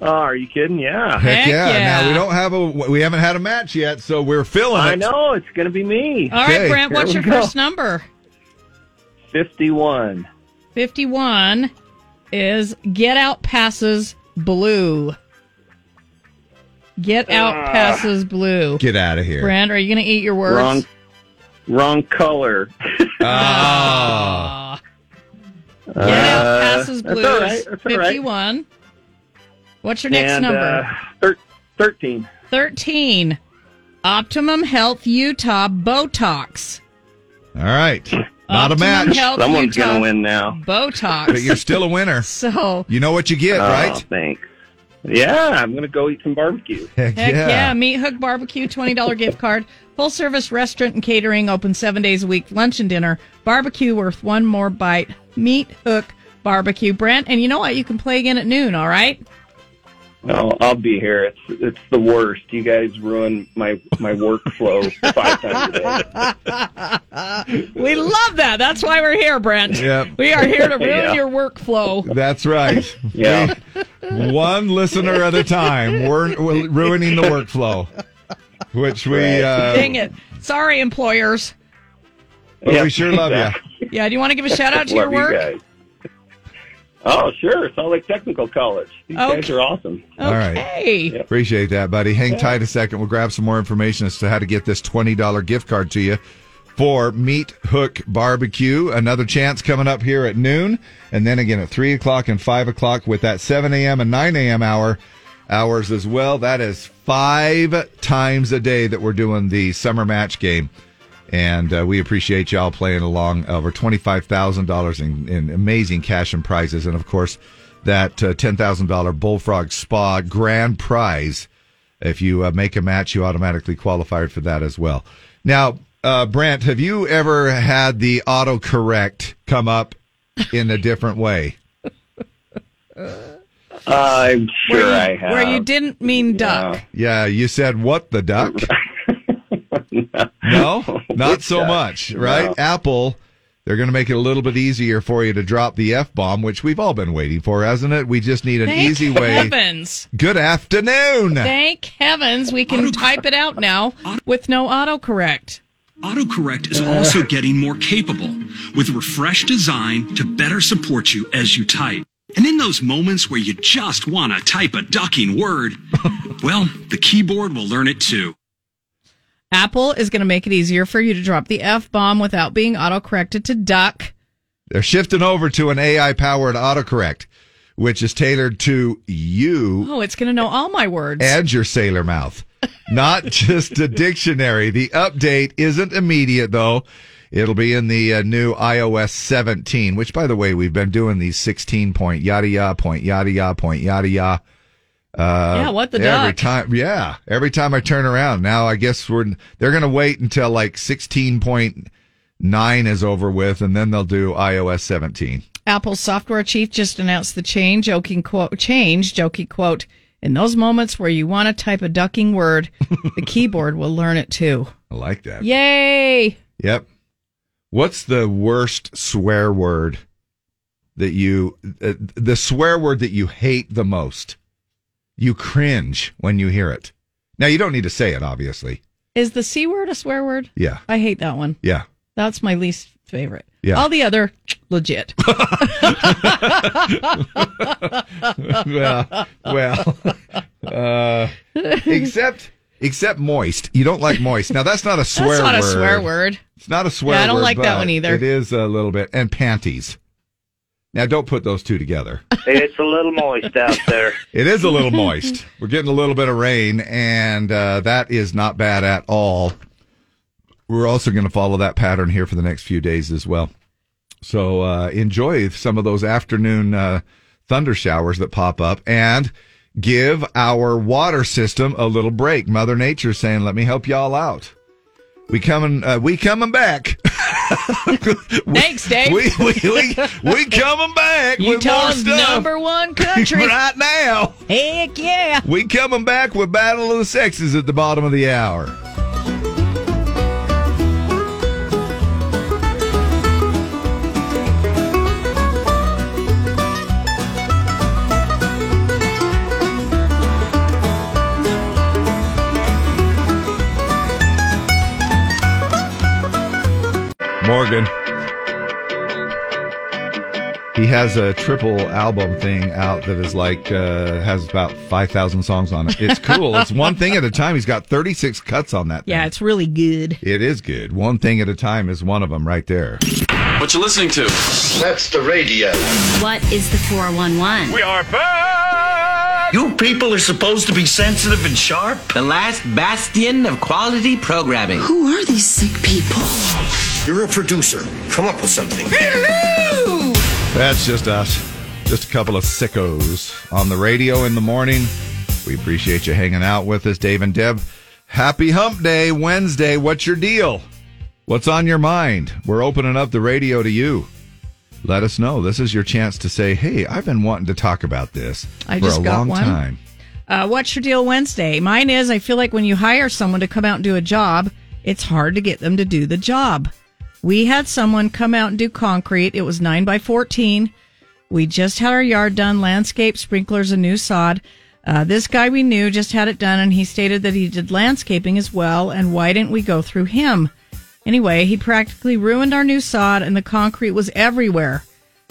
Oh, are you kidding? Yeah.
Heck,
Heck
yeah.
yeah.
Now we don't have a we haven't had a match yet, so we're filling it.
I know. It's going to be me.
All right, Brent, what's your first number?
51.
51 is Get Out Passes Blue. Get Out
Ah.
Passes Blue.
Get out of here.
Brent, are you going to eat your words?
Wrong, uh, wrong color.
[laughs] Ah.
yeah,
Passes Blue.
Uh, That's all right. That's all right.
51. What's your next
And,
number?
uh, thir- 13.
13. Optimum Health Utah Botox.
All right.
Uh,
Not a
Optimum
match.
Health Someone's Utah. gonna win
now.
Botox.
But [laughs] you're still a winner.
So,
You know what you get,
Oh,
right?
Thanks. Yeah, I'm going to go eat some barbecue.
Heck,
heck yeah. Meat Hook Barbecue, $20 [laughs] gift card. Full service restaurant and catering, open seven days a week, lunch and dinner. Barbecue worth one more bite. Meat Hook Barbecue, Brent. And you know what? You can play again at noon,
[laughs]
all right?
No, I'll be here. It's it's the worst. You guys ruin my my workflow five times a day.
We love that. That's why we're here, Brent.
Yep.
We are here
[laughs]
to ruin
Yeah.
your workflow.
That's right.
[laughs] Yeah.
We- [laughs] one listener at a time. We're, we're ruining the workflow, which we uh,
Dang it. Sorry, employers.
[laughs] But
Yeah,
we sure love
exactly.
you.
Yeah, do you want to give a shout out to your
Love you
work?
guys. Oh, sure. Salt Lake Technical College. These guys
Okay.
are awesome.
All right. Appreciate that, buddy. Hang
Yeah.
tight a second. We'll grab some more information as to how to get this $20 gift card to you for Meat Hook Barbecue. Another chance coming up here at noon. And then again at 3 o'clock and 5 o'clock with that 7 a.m. and 9 a.m. hour hours as well. That is five times a day that we're doing the summer match game. And uh, we appreciate y'all playing along. Over $25,000 in, in amazing cash and prizes. And of course, that uh, $10,000 Bullfrog Spa grand prize. If you uh, make a match, you automatically qualify for that as well. Now, uh, Brent, have you ever had the autocorrect come up in a different way?
[laughs] I'm sure I have.
Where you didn't mean duck.
Yeah, you said what the
[laughs]
duck? no. not so much, right?
No.
Apple, they're going to make it a little bit easier for you to drop the F bomb, which we've all been waiting for, hasn't it? We just need an
Thank
easy way.
heavens.
Good afternoon.
Thank heavens we can type it out now with no autocorrect.
AutoCorrect is also getting more capable with refreshed design to better support you as you type. And in those moments where you just want to type a
[laughs]
ducking word, well, the keyboard will learn it too.
Apple is going to make it easier for you to drop the F bomb without being autocorrected to duck.
They're shifting over to an AI powered autocorrect, which is tailored to you
Oh, it's going to know all my words.
and your sailor mouth, not [laughs] just a dictionary. The update isn't immediate, though. It'll be in the uh, new iOS 17, which, by the way, we've been doing these 16 point yada yada point yada yada point yada yada. Uh,
Yeah, what the
every
duck?
time? Yeah, every time I turn around. Now I guess we're they're gonna wait until like 16.9 is over with, and then they'll do iOS 17.
Apple's software chief just announced the change, joking quote, change, joking quote, in those moments where you want to type a ducking word,
[laughs]
the keyboard will learn it too.
I like that.
Yay!
Yep. What's the worst swear word that you, uh, the swear word that you hate the most? You cringe when you hear it. Now, you don't need to say it, obviously.
Is the C word a swear word?
Yeah.
I hate that one.
Yeah.
That's my least favorite.
Yeah.
All the other,
[laughs]
legit.
[laughs] well, well, uh, except, except moist. You don't like moist. Now, that's not a swear
That's not
word.
a swear word.
It's not a swear
Yeah, I don't
word,
like that
but
one either.
It is a little bit. And panties. Now, don't put those two together.
It's a little moist out there.
It is a
[laughs]
little moist. We're getting a little bit of rain, and uh, that is not bad at all. We're also going to follow that pattern here for the next few days as well. So uh, enjoy some of those afternoon uh, thunder showers that pop up and give our water system a little break. Mother Nature saying, "Let me help y'all out. We coming, uh, we coming back. [laughs]
Thanks, Dave.
We we we, we coming back with more
Utah's
stuff [laughs]
number one country
right now.
Heck yeah!
We coming back with Battle of the Sexes at the bottom of the hour. Morgan. He has a triple album thing out that is like uh, has about five thousand songs on it. It's cool. it's one thing at a time. He's got thirty six cuts on that.
Yeah, it's really good.
It is good. One thing at a time is one of them right there.
What you listening to?
That's the radio.
What is the 411? We are
You people are supposed to be sensitive and sharp.
The last bastion of quality programming.
Who are these sick people? You're a producer. Come up with something.
That's just us. Just a couple of sickos on the radio in the morning. We appreciate you hanging out with us, Dave and Deb. Happy Hump Day Wednesday. What's your deal? What's on your mind? We're opening up the radio to you. Let us know. This is your chance to say, hey, I've been wanting to talk about this
I
for
just
a
got
long
one.
time.
Uh, what's your deal Wednesday? Mine is I feel like when you hire someone to come out and do a job, it's hard to get them to do the job. We had someone come out and do concrete. It was 9 by 14. We just had our yard done, landscape, sprinklers, and new sod. Uh, this guy we knew just had it done, and he stated that he did landscaping as well. And why didn't we go through him? Anyway, he practically ruined our new sod, and the concrete was everywhere.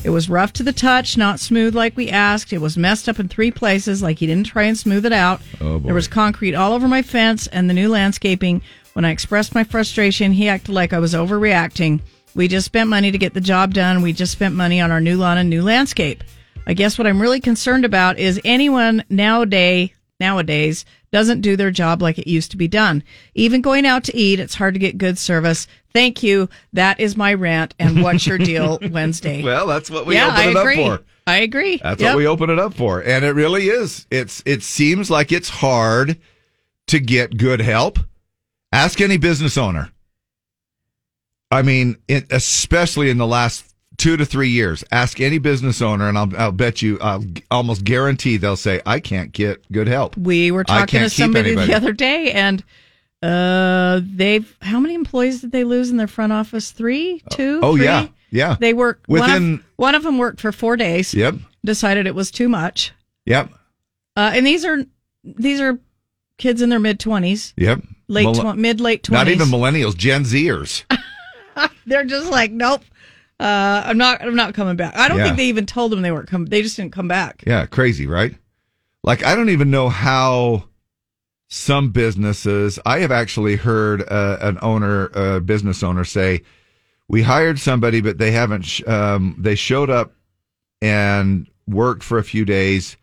It was rough to the touch, not smooth like we asked. It was messed up in three places, like he didn't try and smooth it out.
Oh, boy.
There was concrete all over my fence and the new landscaping. When I expressed my frustration, he acted like I was overreacting. We just spent money to get the job done. We just spent money on our new lawn and new landscape. I guess what I'm really concerned about is anyone nowadays nowadays doesn't do their job like it used to be done. Even going out to eat, it's hard to get good service. Thank you. That is my rant. And what's
[laughs]
your deal Wednesday?
Well, that's what we
yeah,
open
I
it up
agree.
for.
I agree.
That's
Yep.
what we open it up for. And it really is. It's it seems like it's hard to get good help. Ask any business owner. I mean, it, especially in the last 2 to 3 years, ask any business owner and I'll I'll bet you I'll g- almost guarantee they'll say I can't get good help.
We were
I
talking
can't
to
keep
somebody
anybody.
the other day and uh they've how many employees did they lose in their front office? Three, two,
Oh
three?
yeah. Yeah.
They worked one
Within-
of, one of them worked for four days.
Yep.
Decided it was too much.
Yep.
Uh, and these are these are kids in their mid twenties,
Yep.
late
Mil-
tw- mid late
Not
twenties.
even millennials, Gen Zers.
[laughs] They're just like, nope. Uh, I'm not. I'm not coming back. I don't
Yeah.
think they even told them they weren't coming. They just didn't come back.
Yeah, crazy, right? Like I don't even know how some businesses. I have actually heard uh, an owner, uh, business owner, say, "We hired somebody, but they haven't. Sh- um, they showed up and worked for a few days,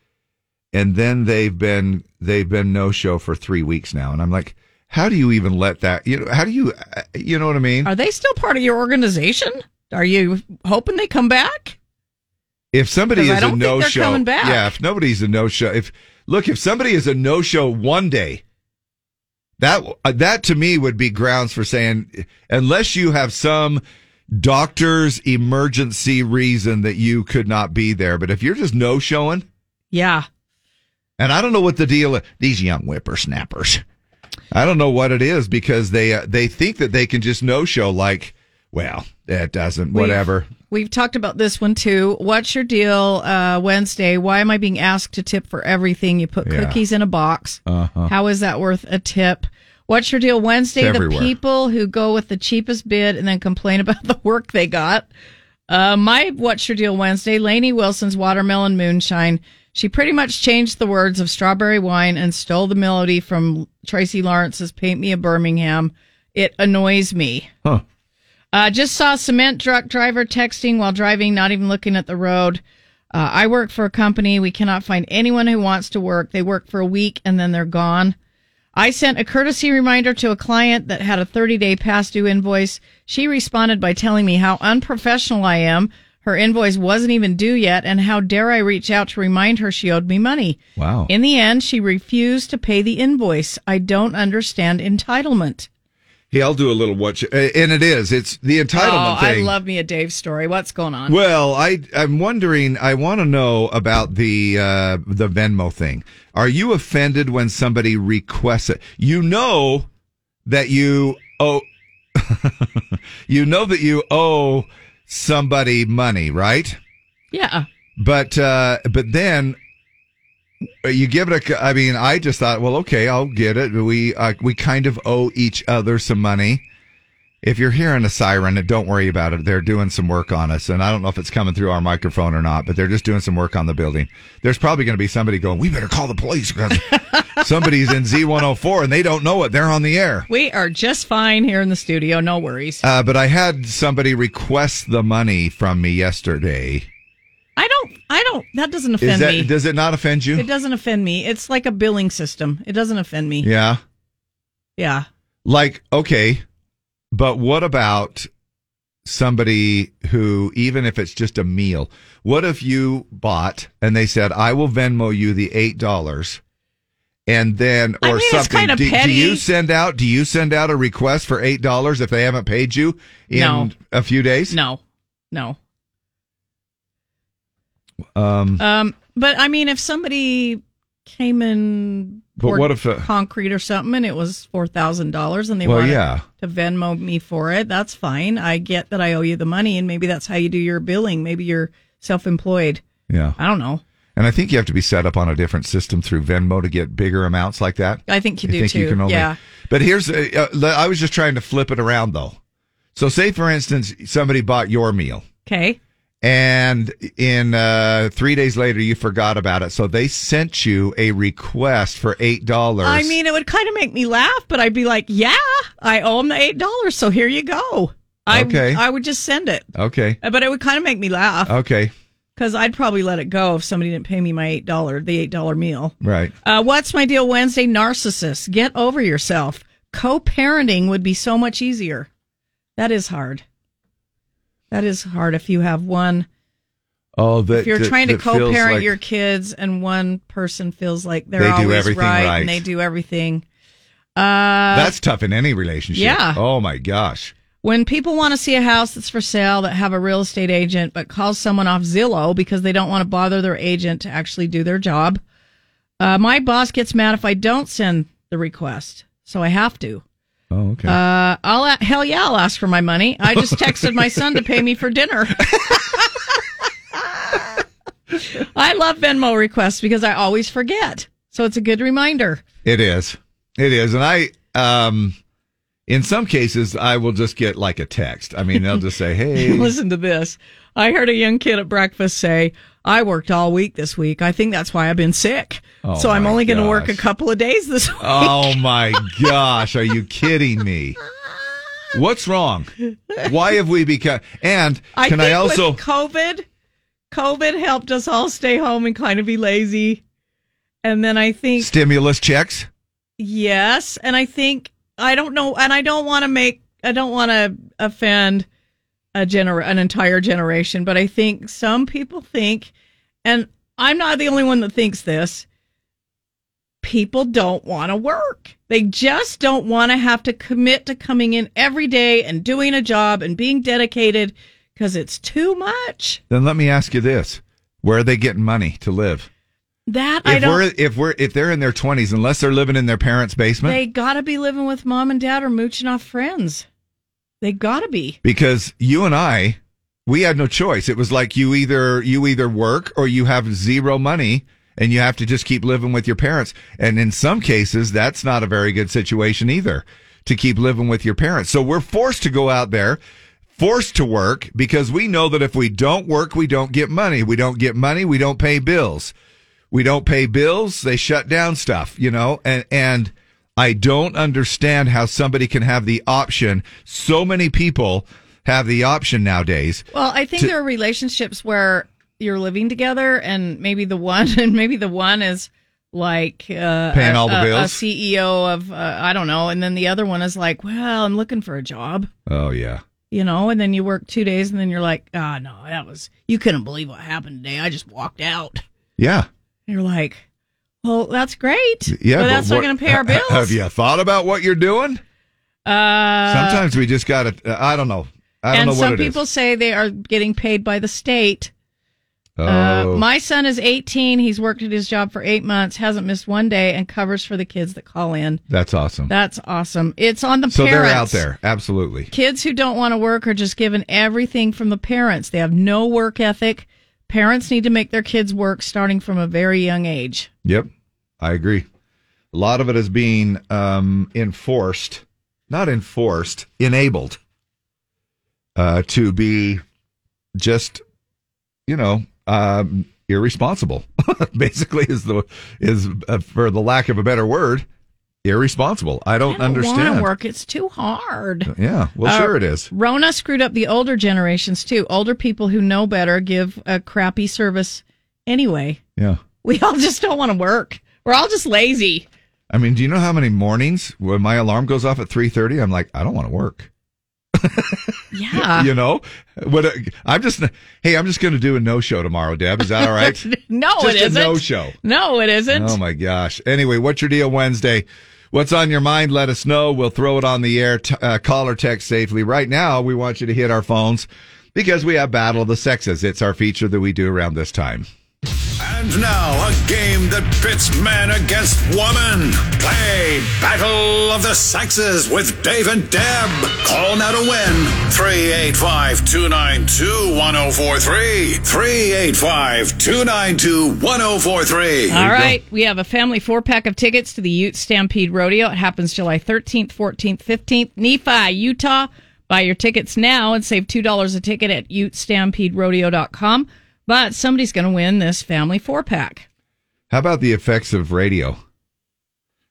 and then they've been they've been no show for three weeks now." And I'm like, "How do you even let that? You know, how do you? uh, You know what I mean?"
Are they still part of your organization? Are you hoping they come back?
If somebody
'Cause I
is a
don't think they're
no show,
coming back.
yeah. If nobody's a no show, if look, if somebody is a no show one day, that uh, that to me would be grounds for saying, unless you have some doctor's emergency reason that you could not be there. But if you're just no showing,
Yeah.
and I don't know what the deal is. These young whippersnappers. I don't know what it is because they uh, they think that they can just no show like, well, that doesn't
We've-
whatever.
We've talked about this one too. What's your deal uh, Wednesday? Why am I being asked to tip for everything? You put
Yeah.
cookies in a box.
Uh-huh.
How is that worth a tip? What's your deal Wednesday?
It's
The
everywhere.
people who go with the cheapest bid and then complain about [laughs] the work they got. Uh, my What's Your Deal Wednesday? Lainey Wilson's Watermelon Moonshine. She pretty much changed the words of Strawberry Wine and stole the melody from Tracy Lawrence's Paint Me a Birmingham. It annoys me.
Huh.
Uh, just saw cement truck driver texting while driving, not even looking at the road. Uh, I work for a company. We cannot find anyone who wants to work. They work for a week and then they're gone. I sent a courtesy reminder to a client that had a 30 day past due invoice. She responded by telling me how unprofessional I am. Her invoice wasn't even due yet, and how dare I reach out to remind her she owed me money?
Oh.
Wow.
In the end, she refused to pay the invoice. I don't understand entitlement.
Hey, I'll do a little what, you, and it is. It's the entitlement
oh,
thing.
I love me a Dave story. What's going on?
Well, I I'm wondering. I want to know about the uh, the Venmo thing. Are you offended when somebody requests it? You know that you owe [laughs] you know that you owe somebody money, right?
yeah.
But uh, but then you give it a. I mean, I just thought, well, okay, I'll get it. We uh, we kind of owe each other some money. If you're hearing a siren, don't worry about it. They're doing some work on us, and I don't know if it's coming through our microphone or not, but they're just doing some work on the building. There's probably going to be somebody going, "We better call the police
[laughs]
because somebody's in Z104 and they don't know it. They're on the air."
We are just fine here in the studio. No worries.
Uh, but I had somebody request the money from me yesterday.
I don't. I don't. That doesn't offend
Is that
me.
does it not offend you?
It doesn't offend me. It's like a billing system. It doesn't offend me.
Yeah.
Yeah.
Like, okay, but what about somebody who, even if it's just a meal, what if you bought and they said, I will Venmo you the $8 and then, or
mean, it's
something.
kinda
do, do
petty.
you send out, do you send out a request for $8 if they haven't paid you in
No.
a few days?
No. No.
Um,
Um. But I mean, if somebody came in,
But
poured
what if, uh,
concrete or something, and it was four thousand dollars, and they
Well,
wanted
yeah.
to Venmo me for it, that's fine. I get that I owe you the money, and maybe that's how you do your billing. Maybe you're self-employed.
yeah.
I don't know.
And I think you have to be set up on a different system through Venmo to get bigger amounts like that.
I think you do too. yeah.
But here's, uh, uh, I was just trying to flip it around though. So say for instance, somebody bought your meal
Okay.
and in uh, three days later you forgot about it. So they sent you a request for eight dollars.
I mean, it would kind of make me laugh, but I'd be like, "Yeah, I owe him the eight dollars, so here you go." I
Okay. Oh.
I would just send it,
okay,
but it would kind of make me laugh
okay,
because I'd probably let it go if somebody didn't pay me my eight dollar, the eight dollar meal.
right.
Uh, what's my deal Wednesday? Narcissist, get over yourself. Co-parenting would be so much easier. That is hard. That is hard if you have one.
Oh, that
if you're
that-
trying to
that feels
co-parent
like-
your kids and one person feels like they're
They do
always
everything
right,
right.
and they do everything. Uh,
that's tough in any relationship.
yeah.
Oh my gosh.
when people want to see a house that's for sale that have a real estate agent but call someone off Zillow because they don't want to bother their agent to actually do their job. Uh, my boss gets mad if I don't send the request, so I have to.
Oh, okay.
Uh, I'll a- hell yeah, I'll ask for my money.
[laughs]
I just texted my son to pay me for dinner. I love Venmo requests because I always forget, so it's a good reminder.
It is. It is. And I, um, in some cases, I will just get like a text. I mean, they'll just
[laughs]
say, hey.
Listen to this. I heard a young kid at breakfast say, I worked all week this week. I think that's why I've been sick.
Oh,
so I'm
my
only going to work a
gosh.
couple of days this week.
Oh my gosh. Are you kidding me? What's wrong? Why have we become? And
[laughs] I
can
think
I also?
with COVID, COVID helped us all stay home and kind of be lazy. And then I think,
Stimulus checks?
yes. And I think, I don't know. And I don't want to make, I don't want to offend a gener- an entire generation, but I think some people think, and I'm not the only one that thinks this, people don't want to work. They just don't want to have to commit to coming in every day and doing a job and being dedicated because it's too much.
Then let me ask you this where are they getting money to live?
That I
If
don't.
we're if we're if they're in their twenties, unless they're living in their parents' basement,
They gotta be living with mom and dad or mooching off friends. They gotta be.
because you and I, we had no choice. It was like you either you either work or you have zero money and you have to just keep living with your parents. And in some cases, that's not a very good situation either to keep living with your parents. So we're forced to go out there, forced to work because we know that if we don't work, we don't get money. We don't get money, we don't pay bills. We don't pay bills, they shut down stuff, you know, and and I don't understand how somebody can have the option. So many people have the option nowadays.
Well, I think
to-
there are relationships where you're living together, and maybe the one, [laughs] and maybe the one is like uh,
Paying
a,
all the
a- E
bills?
a CEO of uh, I don't know, and then the other one is like, well, I'm looking for a job.
Oh yeah.
you know, and then you work two days and then you're like, ah, no, that was, you couldn't believe what happened today. I just walked out.
Yeah.
And you're like, well, that's great.
Yeah.
But that's
what-
not
[laughs]
going to pay our bills.
Have you thought about what you're doing?
Uh,
Sometimes we just got to, I don't know. I don't
and
know
some
what it is.
people say they are getting paid by the state. Uh,
Oh.
my son is 18. He's worked at his job for eight months, hasn't missed one day, and covers for the kids that call in.
That's awesome.
That's awesome. It's on the
so
parents.
they're out there. Absolutely.
Kids who don't want to work are just given everything from the parents. They have no work ethic. Parents need to make their kids work starting from a very young age.
Yep. I agree. A lot of it is being um, enforced, not enforced, enabled uh, to be just, you know, um, irresponsible. [laughs] Basically, is the is uh, for the lack of a better word, irresponsible. I don't,
Want
understand.
to work? It's too hard.
Yeah. Well,
Uh,
sure it is.
Rona screwed up the older generations too. Older people who know better give a crappy service anyway.
Yeah.
We all [laughs] just don't want to work. We're all just lazy.
I mean, do you know how many mornings when my alarm goes off at three thirty, I'm like, I don't want to work.
Yeah. [laughs]
you know, what? uh, I'm just, hey, I'm just going to do a no show tomorrow, Deb. Is that all [laughs] right?
no,
Just
it
a
isn't.
no show.
No, it isn't.
Oh my gosh. Anyway, what's your deal Wednesday? What's on your mind? Let us know. We'll throw it on the air. T- uh, call or text safely. Right now, we want you to hit our phones because we have Battle of the Sexes. It's our feature that we do around this time.
And now, a game that pits man against woman. Play Battle of the Sexes with Dave and Deb. Call now to win. 385 292 1043. 385 292 1043.
All right. We have a family four pack of tickets to the Ute Stampede Rodeo. It happens July 13th, 14th, 15th. Nephi, Utah. Buy your tickets now and save $2 a ticket at utestampederodeo.com. But somebody's going to win this family four pack.
How about the effects of radio?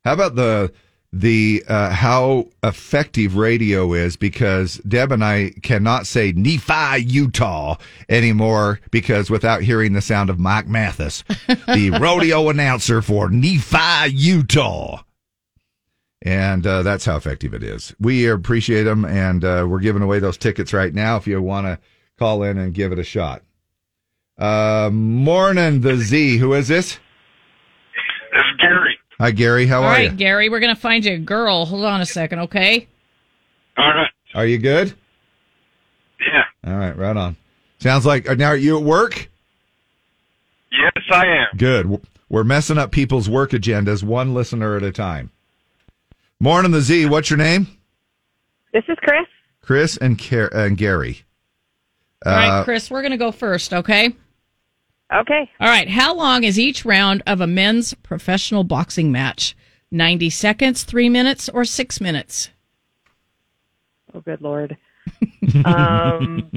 How about the the uh, how effective radio is because Deb and I cannot say Nephi Utah anymore because without hearing the sound of Mike Mathis, the rodeo announcer for Nephi Utah. And uh, that's how effective it is. We appreciate them, and uh, we're giving away those tickets right now. If you want to call in and give it a shot. Uh, morning, the Z. Who is this? Hi, Gary. How
All
are
right,
you?
Gary, we're going to find you a girl. Hold on a second, okay?
All right. Are you good? Yeah. All right, right on. Sounds like uh, now are you at work?
Yes, I am.
Good. W- We're messing up people's work agendas one listener at a time. Morning, the Z. What's your name?
This is Chris.
Chris and, Car- and Gary.
All right,
Uh,
Chris, we're going to go first, okay?
Okay.
All right. How long is each round of a men's professional boxing match? 90 seconds, three minutes, or six minutes?
Oh, good lord.
[laughs]
um,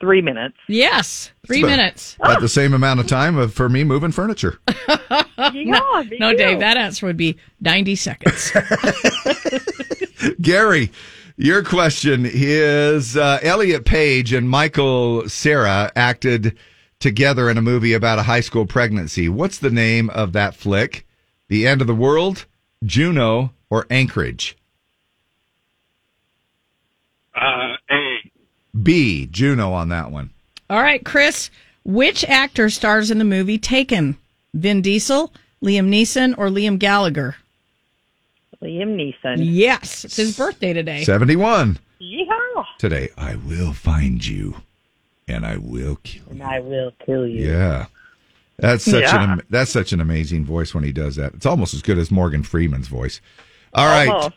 three minutes.
Yes, three
about- [laughs]
minutes.
[laughs]
About the same amount of time of, for me moving furniture.
no, no, Dave, that answer would be 90
[laughs]
seconds.
Gary, your question is uh, Elliot Page and Michael Sarah acted together in a movie about a high school pregnancy. What's the name of that flick? The End of the World, Juno, or Anchorage?
Uh, A.
B, Juno on that one.
All right, Chris, which actor stars in the movie Taken? Vin Diesel, Liam Neeson, or Liam Gallagher?
Liam Neeson.
Yes, it's his birthday today.
71.
Yeehaw!
Today, I will find you and I will kill
And I will kill you.
Yeah. That's such an
Yeah.
am- that's such an amazing voice when he does that. It's almost as good as Morgan Freeman's voice. All right.
Almost.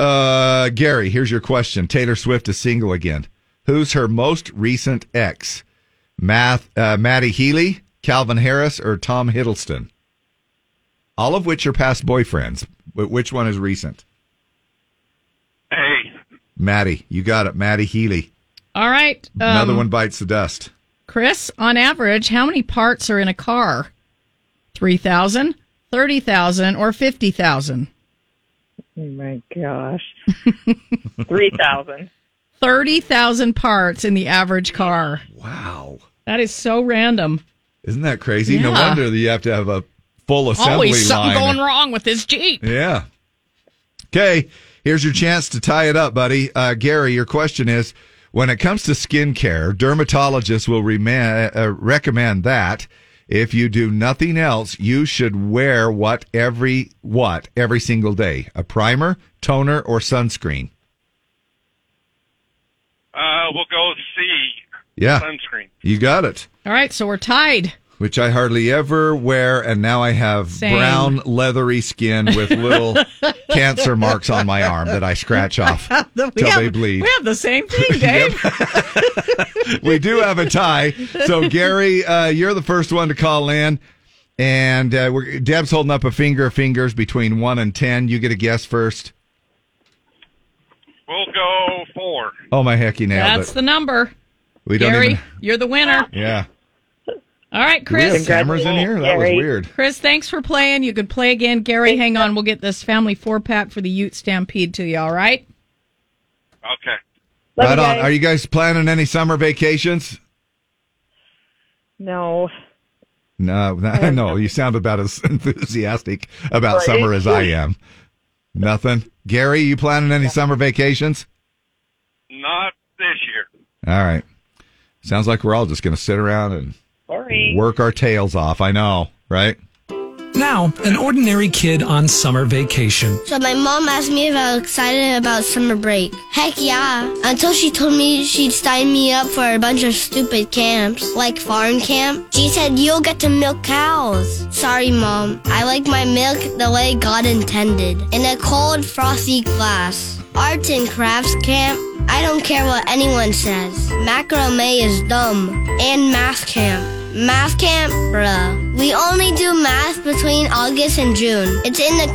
Uh Gary, here's your question. Taylor Swift is single again. Who's her most recent ex? Math uh, Maddie Healy, Calvin Harris, or Tom Hiddleston? All of which are past boyfriends. But which one is recent?
Hey.
Maddie, you got it. Maddie Healy.
All right. Um,
Another one bites the dust.
Chris, on average, how many parts are in a car? 3,000, 30,000, or 50,000?
Oh my gosh. Three thousand.
30,000 parts in the average car.
Wow.
That is so random.
Isn't that crazy? No
Yeah.
wonder that you have to have a full assembly
Always something
line.
going wrong with this Jeep.
Yeah. Okay. Here's your chance to tie it up, buddy. Uh, Gary, your question is when it comes to skincare, dermatologists will reman- uh, recommend that if you do nothing else, you should wear what every what every single day: a primer, toner, or sunscreen.
Uh, we'll go C.
Yeah,
Sunscreen.
You got it.
All right, so we're tied.
Which I hardly ever wear, and now I have
Same.
brown leathery skin with
[laughs]
little cancer marks on my arm that I scratch off
we,
till
have,
they bleed.
we have the same
[laughs]
thing, Dave.
we do have a tie. So Gary, uh, you're the first one to call in, and uh, we're, Deb's holding up a finger of fingers between one and ten. You get a guess first.
We'll go four.
Oh my heck, you nailed
That's
it.
the number.
we don't
Gary,
even.
you're the winner.
Yeah.
All right,
Do we have
Chris.
cameras in here? That was weird.
Chris, thanks for playing. You could play again. Gary, hang on. We'll get this family four pack for the Ute Stampede to you, all right?
Okay.
Love
right
you
on.
guys.
Are you guys planning any summer vacations?
No.
No, [laughs] no, no. You sound about as [laughs] enthusiastic about
Right.
summer as I am. Nothing. Gary, you planning any summer vacations?
Not this year.
All right. Sounds like we're all just going to sit around and work our tails off. I know, right?
Now, an ordinary kid on summer vacation.
So my mom asked me if I was excited about summer break. Heck yeah. Until she told me she'd sign me up for a bunch of stupid camps, like farm camp. She said, you'll get to milk cows. Sorry, mom. I like my milk the way God intended. In a cold, frosty glass. Arts and crafts camp. I don't care what anyone says. Macrame is dumb. And math camp. Math camp? Bruh. We only do math between August and June. It's in the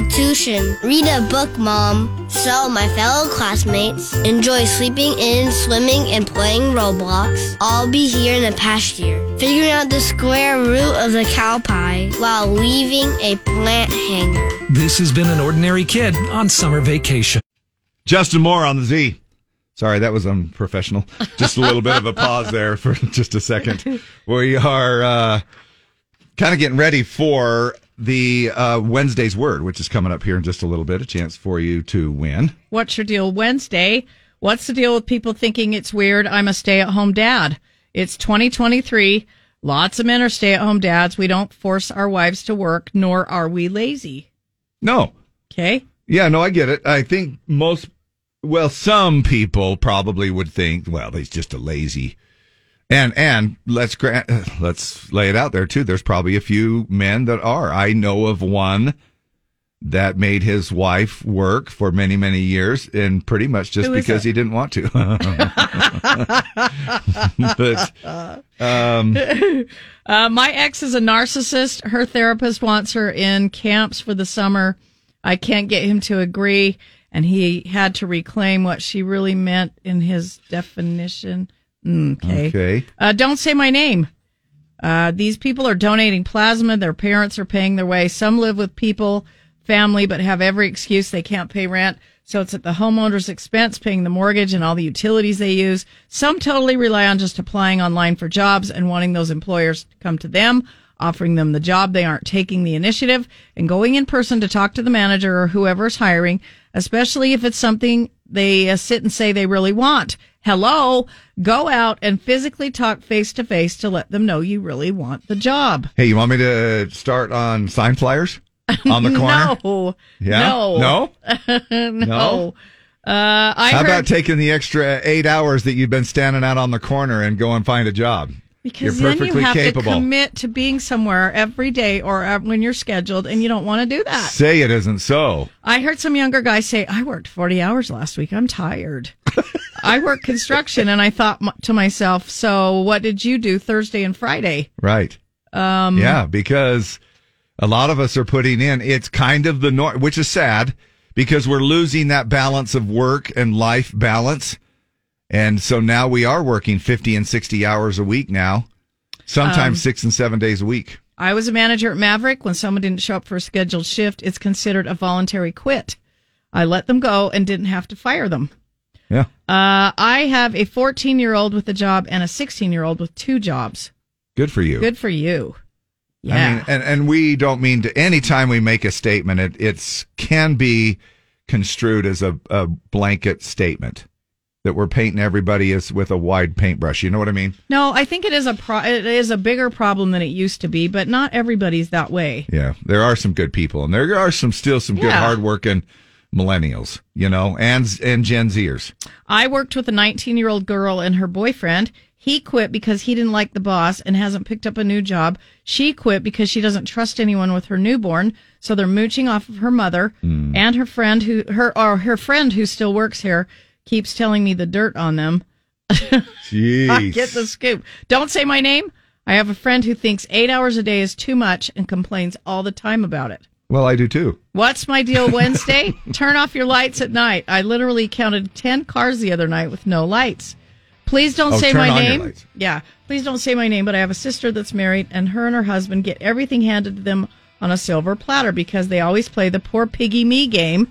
Constitution. Read a book, Mom. So, my fellow classmates, enjoy sleeping in, swimming, and playing Roblox. I'll be here in the pasture, figuring out the square root of the cow pie while leaving a plant hanger.
This has been an ordinary kid on summer vacation.
Justin Moore on the Z. Sorry, that was unprofessional. Just a little bit of a pause there for [laughs] just a second. We are uh, kind of getting ready for the uh, Wednesday's word, which is coming up here in just a little bit. A chance for you to win.
What's your deal Wednesday? What's the deal with people thinking it's weird? I'm a stay at home dad. It's 2023. Lots of men are stay at home dads. We don't force our wives to work, nor are we lazy.
No.
Okay.
Yeah, no, I get it. I think most, well, some people probably would think, well, he's just a lazy. And and let's gra- [sighs] let's lay it out there too. There's probably a few men that are. I know of one that made his wife work for many many years, and pretty much just
Who is
because
it?
he didn't want to. [laughs] but [laughs] um,
[laughs] uh, my ex is a narcissist. Her therapist wants her in camps for the summer. I can't get him to agree, and he had to reclaim what she really meant in his definition. Okay.
okay.
Uh, don't say my name. Uh, these people are donating plasma. Their parents are paying their way. Some live with people, family, but have every excuse they can't pay rent. So it's at the homeowner's expense, paying the mortgage and all the utilities they use. Some totally rely on just applying online for jobs and wanting those employers to come to them, offering them the job. They aren't taking the initiative and going in person to talk to the manager or whoever's hiring, especially if it's something they uh, sit and say they really want. Hello, go out and physically talk face to face to let them know you really want the job.
hey, you want me to start on sign
[laughs]
flyers on the corner?
No.
Yeah?
No. [laughs] No.
No?
Uh, I
How
heard,
about taking the extra eight hours that you've been standing out on the corner and go and find a job?
because
you're
then you
perfectly
have
capable.
to commit to being somewhere every day or uh, when you're scheduled, and you don't want to do that.
Say it isn't so.
I heard some younger guy say, I worked 40 hours last week.
[laughs]
I'm tired. I work construction. And I thought m- to myself, so what did you do Thursday and Friday?
Right.
Um,
yeah, because a lot of us are putting in, it's kind of the norm, which is sad because we're losing that balance of work and life balance. And so now we are working 50 and 60 hours a week now, sometimes
Um,
six and seven days a week.
I was a manager at Maverick. When someone didn't show up for a scheduled shift, it's considered a voluntary quit. I let them go and didn't have to fire them.
Yeah.
Uh, I have a 14 year old with a job and a 16 year old with two jobs.
Good for you.
Good for you. Yeah.
I mean, and, and we don't mean to, anytime we make a statement, it it's, can be construed as a, a blanket statement that we're painting everybody as with a wide paintbrush. You know what I mean?
No, I think it is a pro- it is a bigger problem than it used to be, but not everybody's that way.
Yeah, there are some good people, and there are some still some good
Yeah.
hardworking millennials, you know, and and Gen Zers.
I worked with a 19 year old girl and her boyfriend. He quit because he didn't like the boss and hasn't picked up a new job. She quit because she doesn't trust anyone with her newborn, so they're mooching off of her mother
Mm.
and her friend who her or her friend who still works here keeps telling me the dirt on them. I
Jeez.
get the scoop. Don't say my name. I have a friend who thinks eight hours a day is too much and complains all the time about it.
Well, I do too.
What's my
[laughs]
deal Wednesday? Turn off your lights at night. I literally counted 10 cars the other night with no lights. Please don't
Oh,
say
turn
my
on your
name.
lights.
Yeah, please don't say my name, but I have a sister that's married, and her and her husband get everything handed to them on a silver platter because they always play the poor piggy me game.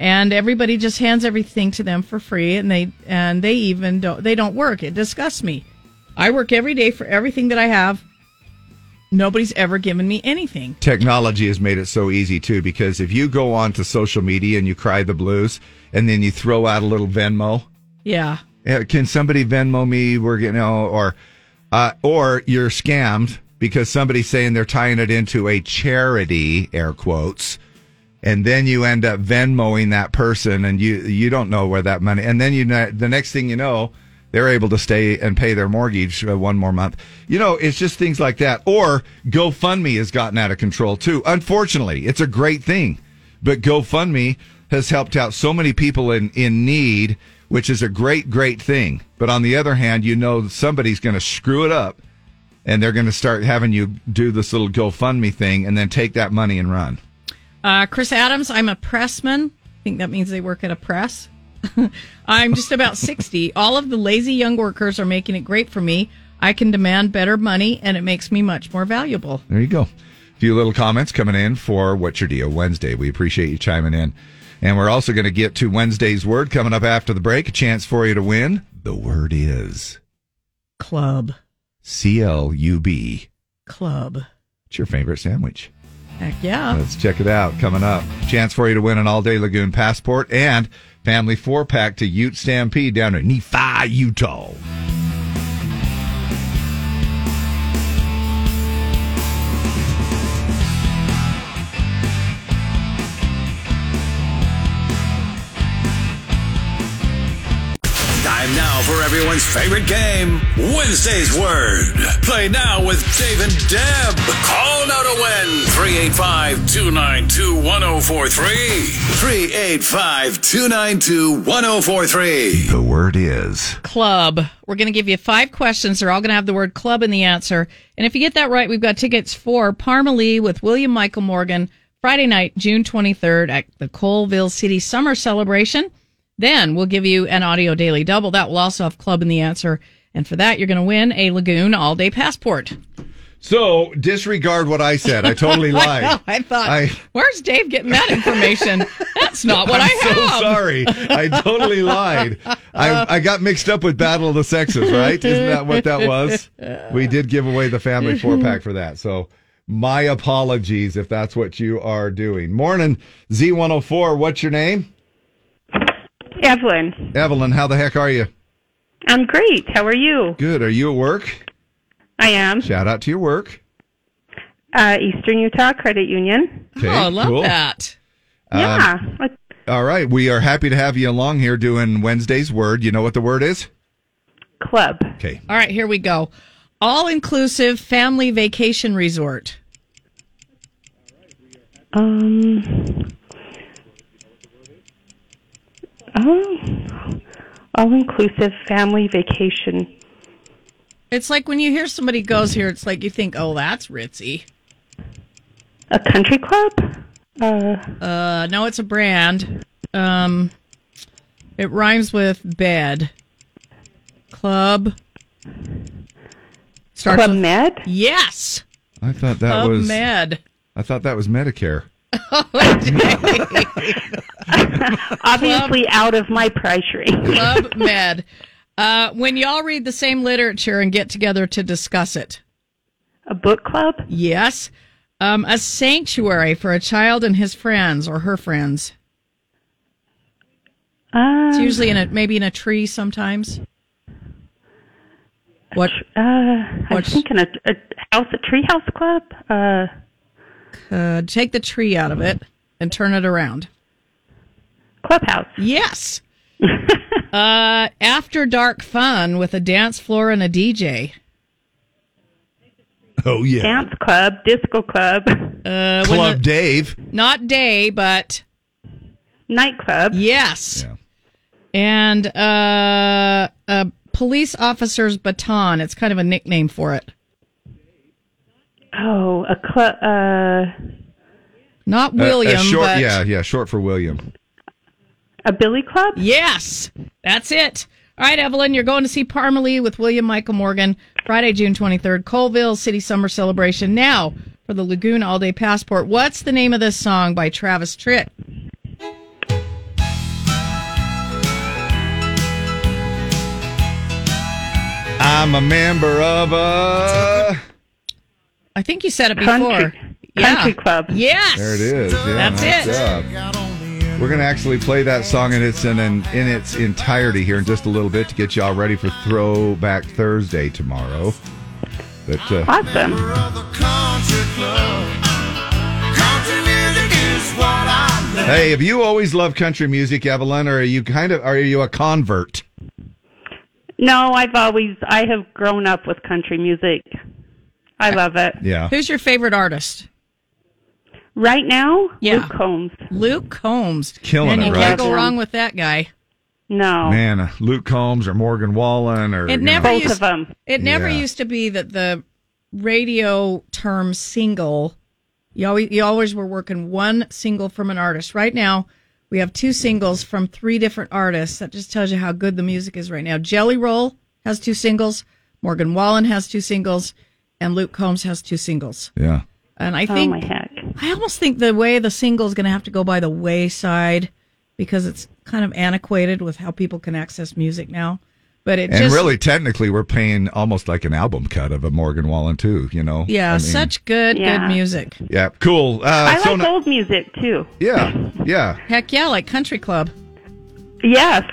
And everybody just hands everything to them for free, and they and they even don't they don't work. It disgusts me. I work every day for everything that I have. Nobody's ever given me anything.
Technology has made it so easy too, because if you go on to social media and you cry the blues, and then you throw out a little Venmo,
Yeah.
Uh, can somebody Venmo me? We're getting know, or uh, or you're scammed because somebody's saying they're tying it into a charity, air quotes, and then you end up Venmoing that person, and you you don't know where that money. And then you know, the next thing you know, they're able to stay and pay their mortgage uh, one more month. You know, it's just things like that. Or GoFundMe has gotten out of control too. Unfortunately, it's a great thing but GoFundMe has helped out so many people in, in need, which is a great, great thing. But on the other hand, you know somebody's going to screw it up and they're going to start having you do this little GoFundMe thing and then take that money and run.
Uh, Chris Adams, I'm a pressman. I think that means they work at a press. [laughs] I'm just about 60. All of the lazy young workers are making it great for me. I can demand better money, and it makes me much more valuable.
There you go. few little comments coming in for What's Your Deal Wednesday. We appreciate you chiming in. And we're also going to get to Wednesday's word coming up after the break. A chance for you to win. The word is
Club.
C L U B.
Club.
It's your favorite sandwich.
Heck yeah.
Let's check it out coming up. Chance for you to win an all day lagoon passport and family four pack to Ute Stampede down in Nephi, Utah.
Time now for everyone's favorite game, Wednesday's Word. Play now with Dave and Deb. Call now to win 385 292 1043. 385 292 1043.
The word is.
Club. We're going to give you five questions. They're all going to have the word club in the answer. And if you get that right, we've got tickets for Parmalee with William Michael Morgan Friday night, June 23rd at the Colville City Summer Celebration. Then we'll give you an audio daily double. That will also have club in the answer. And for that, you're going to win a Lagoon All Day Passport.
So disregard what I said. I [laughs] totally lied.
[laughs] I, know. I thought,
I-
where's Dave getting
[laughs]
that information? That's not what
I'm
I
so
have.
sorry. I totally
[laughs]
lied. I, I got mixed up with Battle of the Sexes, right? Isn't that what that was? We did give away the family four pack for that. So my apologies if that's what you are doing. Morning, Z104. What's your name?
Evelyn,
Evelyn, how the heck are you?
I'm great. How are you?
Good. Are you at work?
I am.
Shout out to your work.
Uh, Eastern Utah Credit Union.
Okay, Oh, I love cool. that. Um,
Yeah.
All right. We are happy to have you along here doing Wednesday's word. You know what the word is?
Club.
Okay.
All right, here we go. All inclusive family vacation resort.
Um. Oh, all inclusive family vacation.
It's like when you hear somebody goes here, it's like you think, oh, that's ritzy.
A
[laughs]
country club? Uh,
uh no, it's a brand. Um, it rhymes with bed. Club.
Club Med?
Yes.
I thought that
Club
was
Med.
I thought that was Medicare.
Oh,
Obviously out of my price range. [laughs]
Club Med. Uh, when y'all read the same literature and get together to discuss it.
A book club?
Yes. Um, a sanctuary for a child and his friends or her friends. it's
Um,
usually in a maybe in a tree sometimes. What?
Uh, I'm thinking a, a house, a treehouse club. Uh,
Uh, take the tree out of it and turn it around.
Clubhouse. [laughs]
Yes. uh, after dark fun with a dance floor and a DJ.
Oh yeah.
Dance club, disco club.
Uh, when
Club
the-
Dave.
not day, but
nightclub.
Yes. And uh, a police officer's baton. It's kind of a nickname for it.
Oh, a club. Uh,
Not
Uh, uh,
William,
short,
but
yeah, yeah, short for William.
a Billy Club.
Yes, that's it. All right, Evelyn, you're going to see Parmalee with William Michael Morgan Friday, June 23rd, Colville City Summer Celebration. Now for the Lagoon All Day Passport. What's the name of this song by Travis Tritt?
I'm a member of
[laughs]
a.
I think you said it before.
Country-
yeah.
country
club.
Yes.
There it is. Yeah,
That's
nice
it.
job. We're gonna actually play that song in its in, in in its entirety here in just a little bit to get y'all ready for Throwback Thursday tomorrow. But uh,
Awesome.
Hey, have you always loved country music, Evelyn, or are you kind of are you a convert?
[laughs] No, I've always I have grown up with country music. I love it.
Yeah.
Uh, Who's your favorite artist?
Right now,
Yeah.
Luke Combs.
Luke Combs.
Killing
and
it,
you
right?
can't go wrong with that guy. Oh.
No.
Man, uh, Luke Combs or Morgan Wallen or
It
you
never
know.
used, It never
Yeah.
used to be that the radio term single. You always you always were working one single from an artist. Right now, we have two singles from three different artists. That just tells you how good the music is right now. Jelly Roll has two singles. Morgan Wallen has two singles, and Luke Combs has two singles.
Yeah.
And I
Oh,
think
my heck.
I almost think the way the single is going to have to go by the wayside because it's kind of antiquated with how people can access music now. But it
and
just
really, technically, we're paying almost like an album cut of a Morgan Wallen too. You know,
yeah,
I mean,
such good
Yeah.
good music.
yeah, cool. Uh,
I
so
like old music too.
Yeah, yeah.
Heck yeah, like country club.
Yes.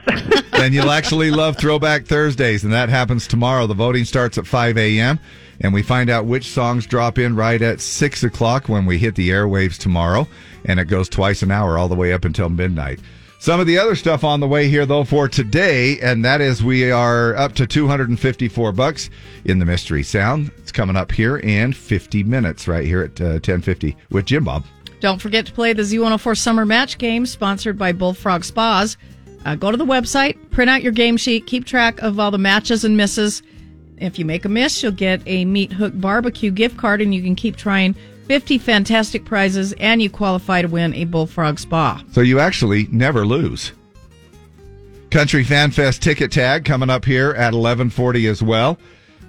then you'll actually love Throwback Thursdays, and that happens tomorrow. The voting starts at 5 a.m., and we find out which songs drop in right at 6 o'clock when we hit the airwaves tomorrow, and it goes twice an hour all the way up until midnight. Some of the other stuff on the way here, though, for today, and that is we are up to 254 bucks in the mystery sound. It's coming up here in 50 minutes, right here at uh, 10:50 with Jim Bob.
Don't forget to play the Z104 Summer Match Game, sponsored by Bullfrog Spas. Uh, go to the website, print out your game sheet, keep track of all the matches and misses. If you make a miss, you'll get a Meat Hook barbecue gift card, and you can keep trying 50 fantastic prizes, and you qualify to win a Bullfrog Spa.
So you actually never lose. Country Fan Fest ticket tag coming up here at 11:40 as well,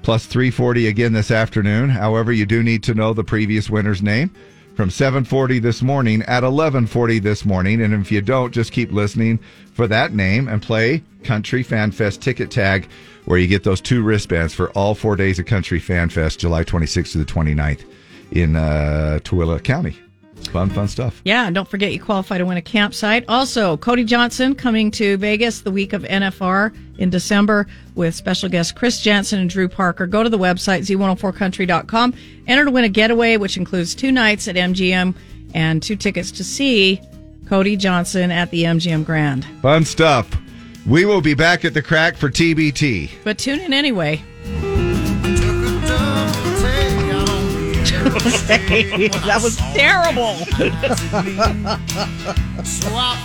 plus 3:40 again this afternoon. However, you do need to know the previous winner's name from 7:40 this morning at 11:40 this morning, and if you don't, just keep listening for that name and play Country Fan Fest ticket tag where you get those two wristbands for all 4 days of Country Fan Fest July 26th to the 29th in uh, Tooele County. Fun fun stuff.
Yeah, and don't forget you qualify to win a campsite. Also, Cody Johnson coming to Vegas the week of NFR in December with special guests Chris Jansen and Drew Parker. Go to the website z104country.com. Enter to win a getaway, which includes two nights at MGM and two tickets to see Cody Johnson at the MGM Grand.
Fun stuff. We will be back at the crack for TBT.
But tune in anyway.
that
was terrible.
so I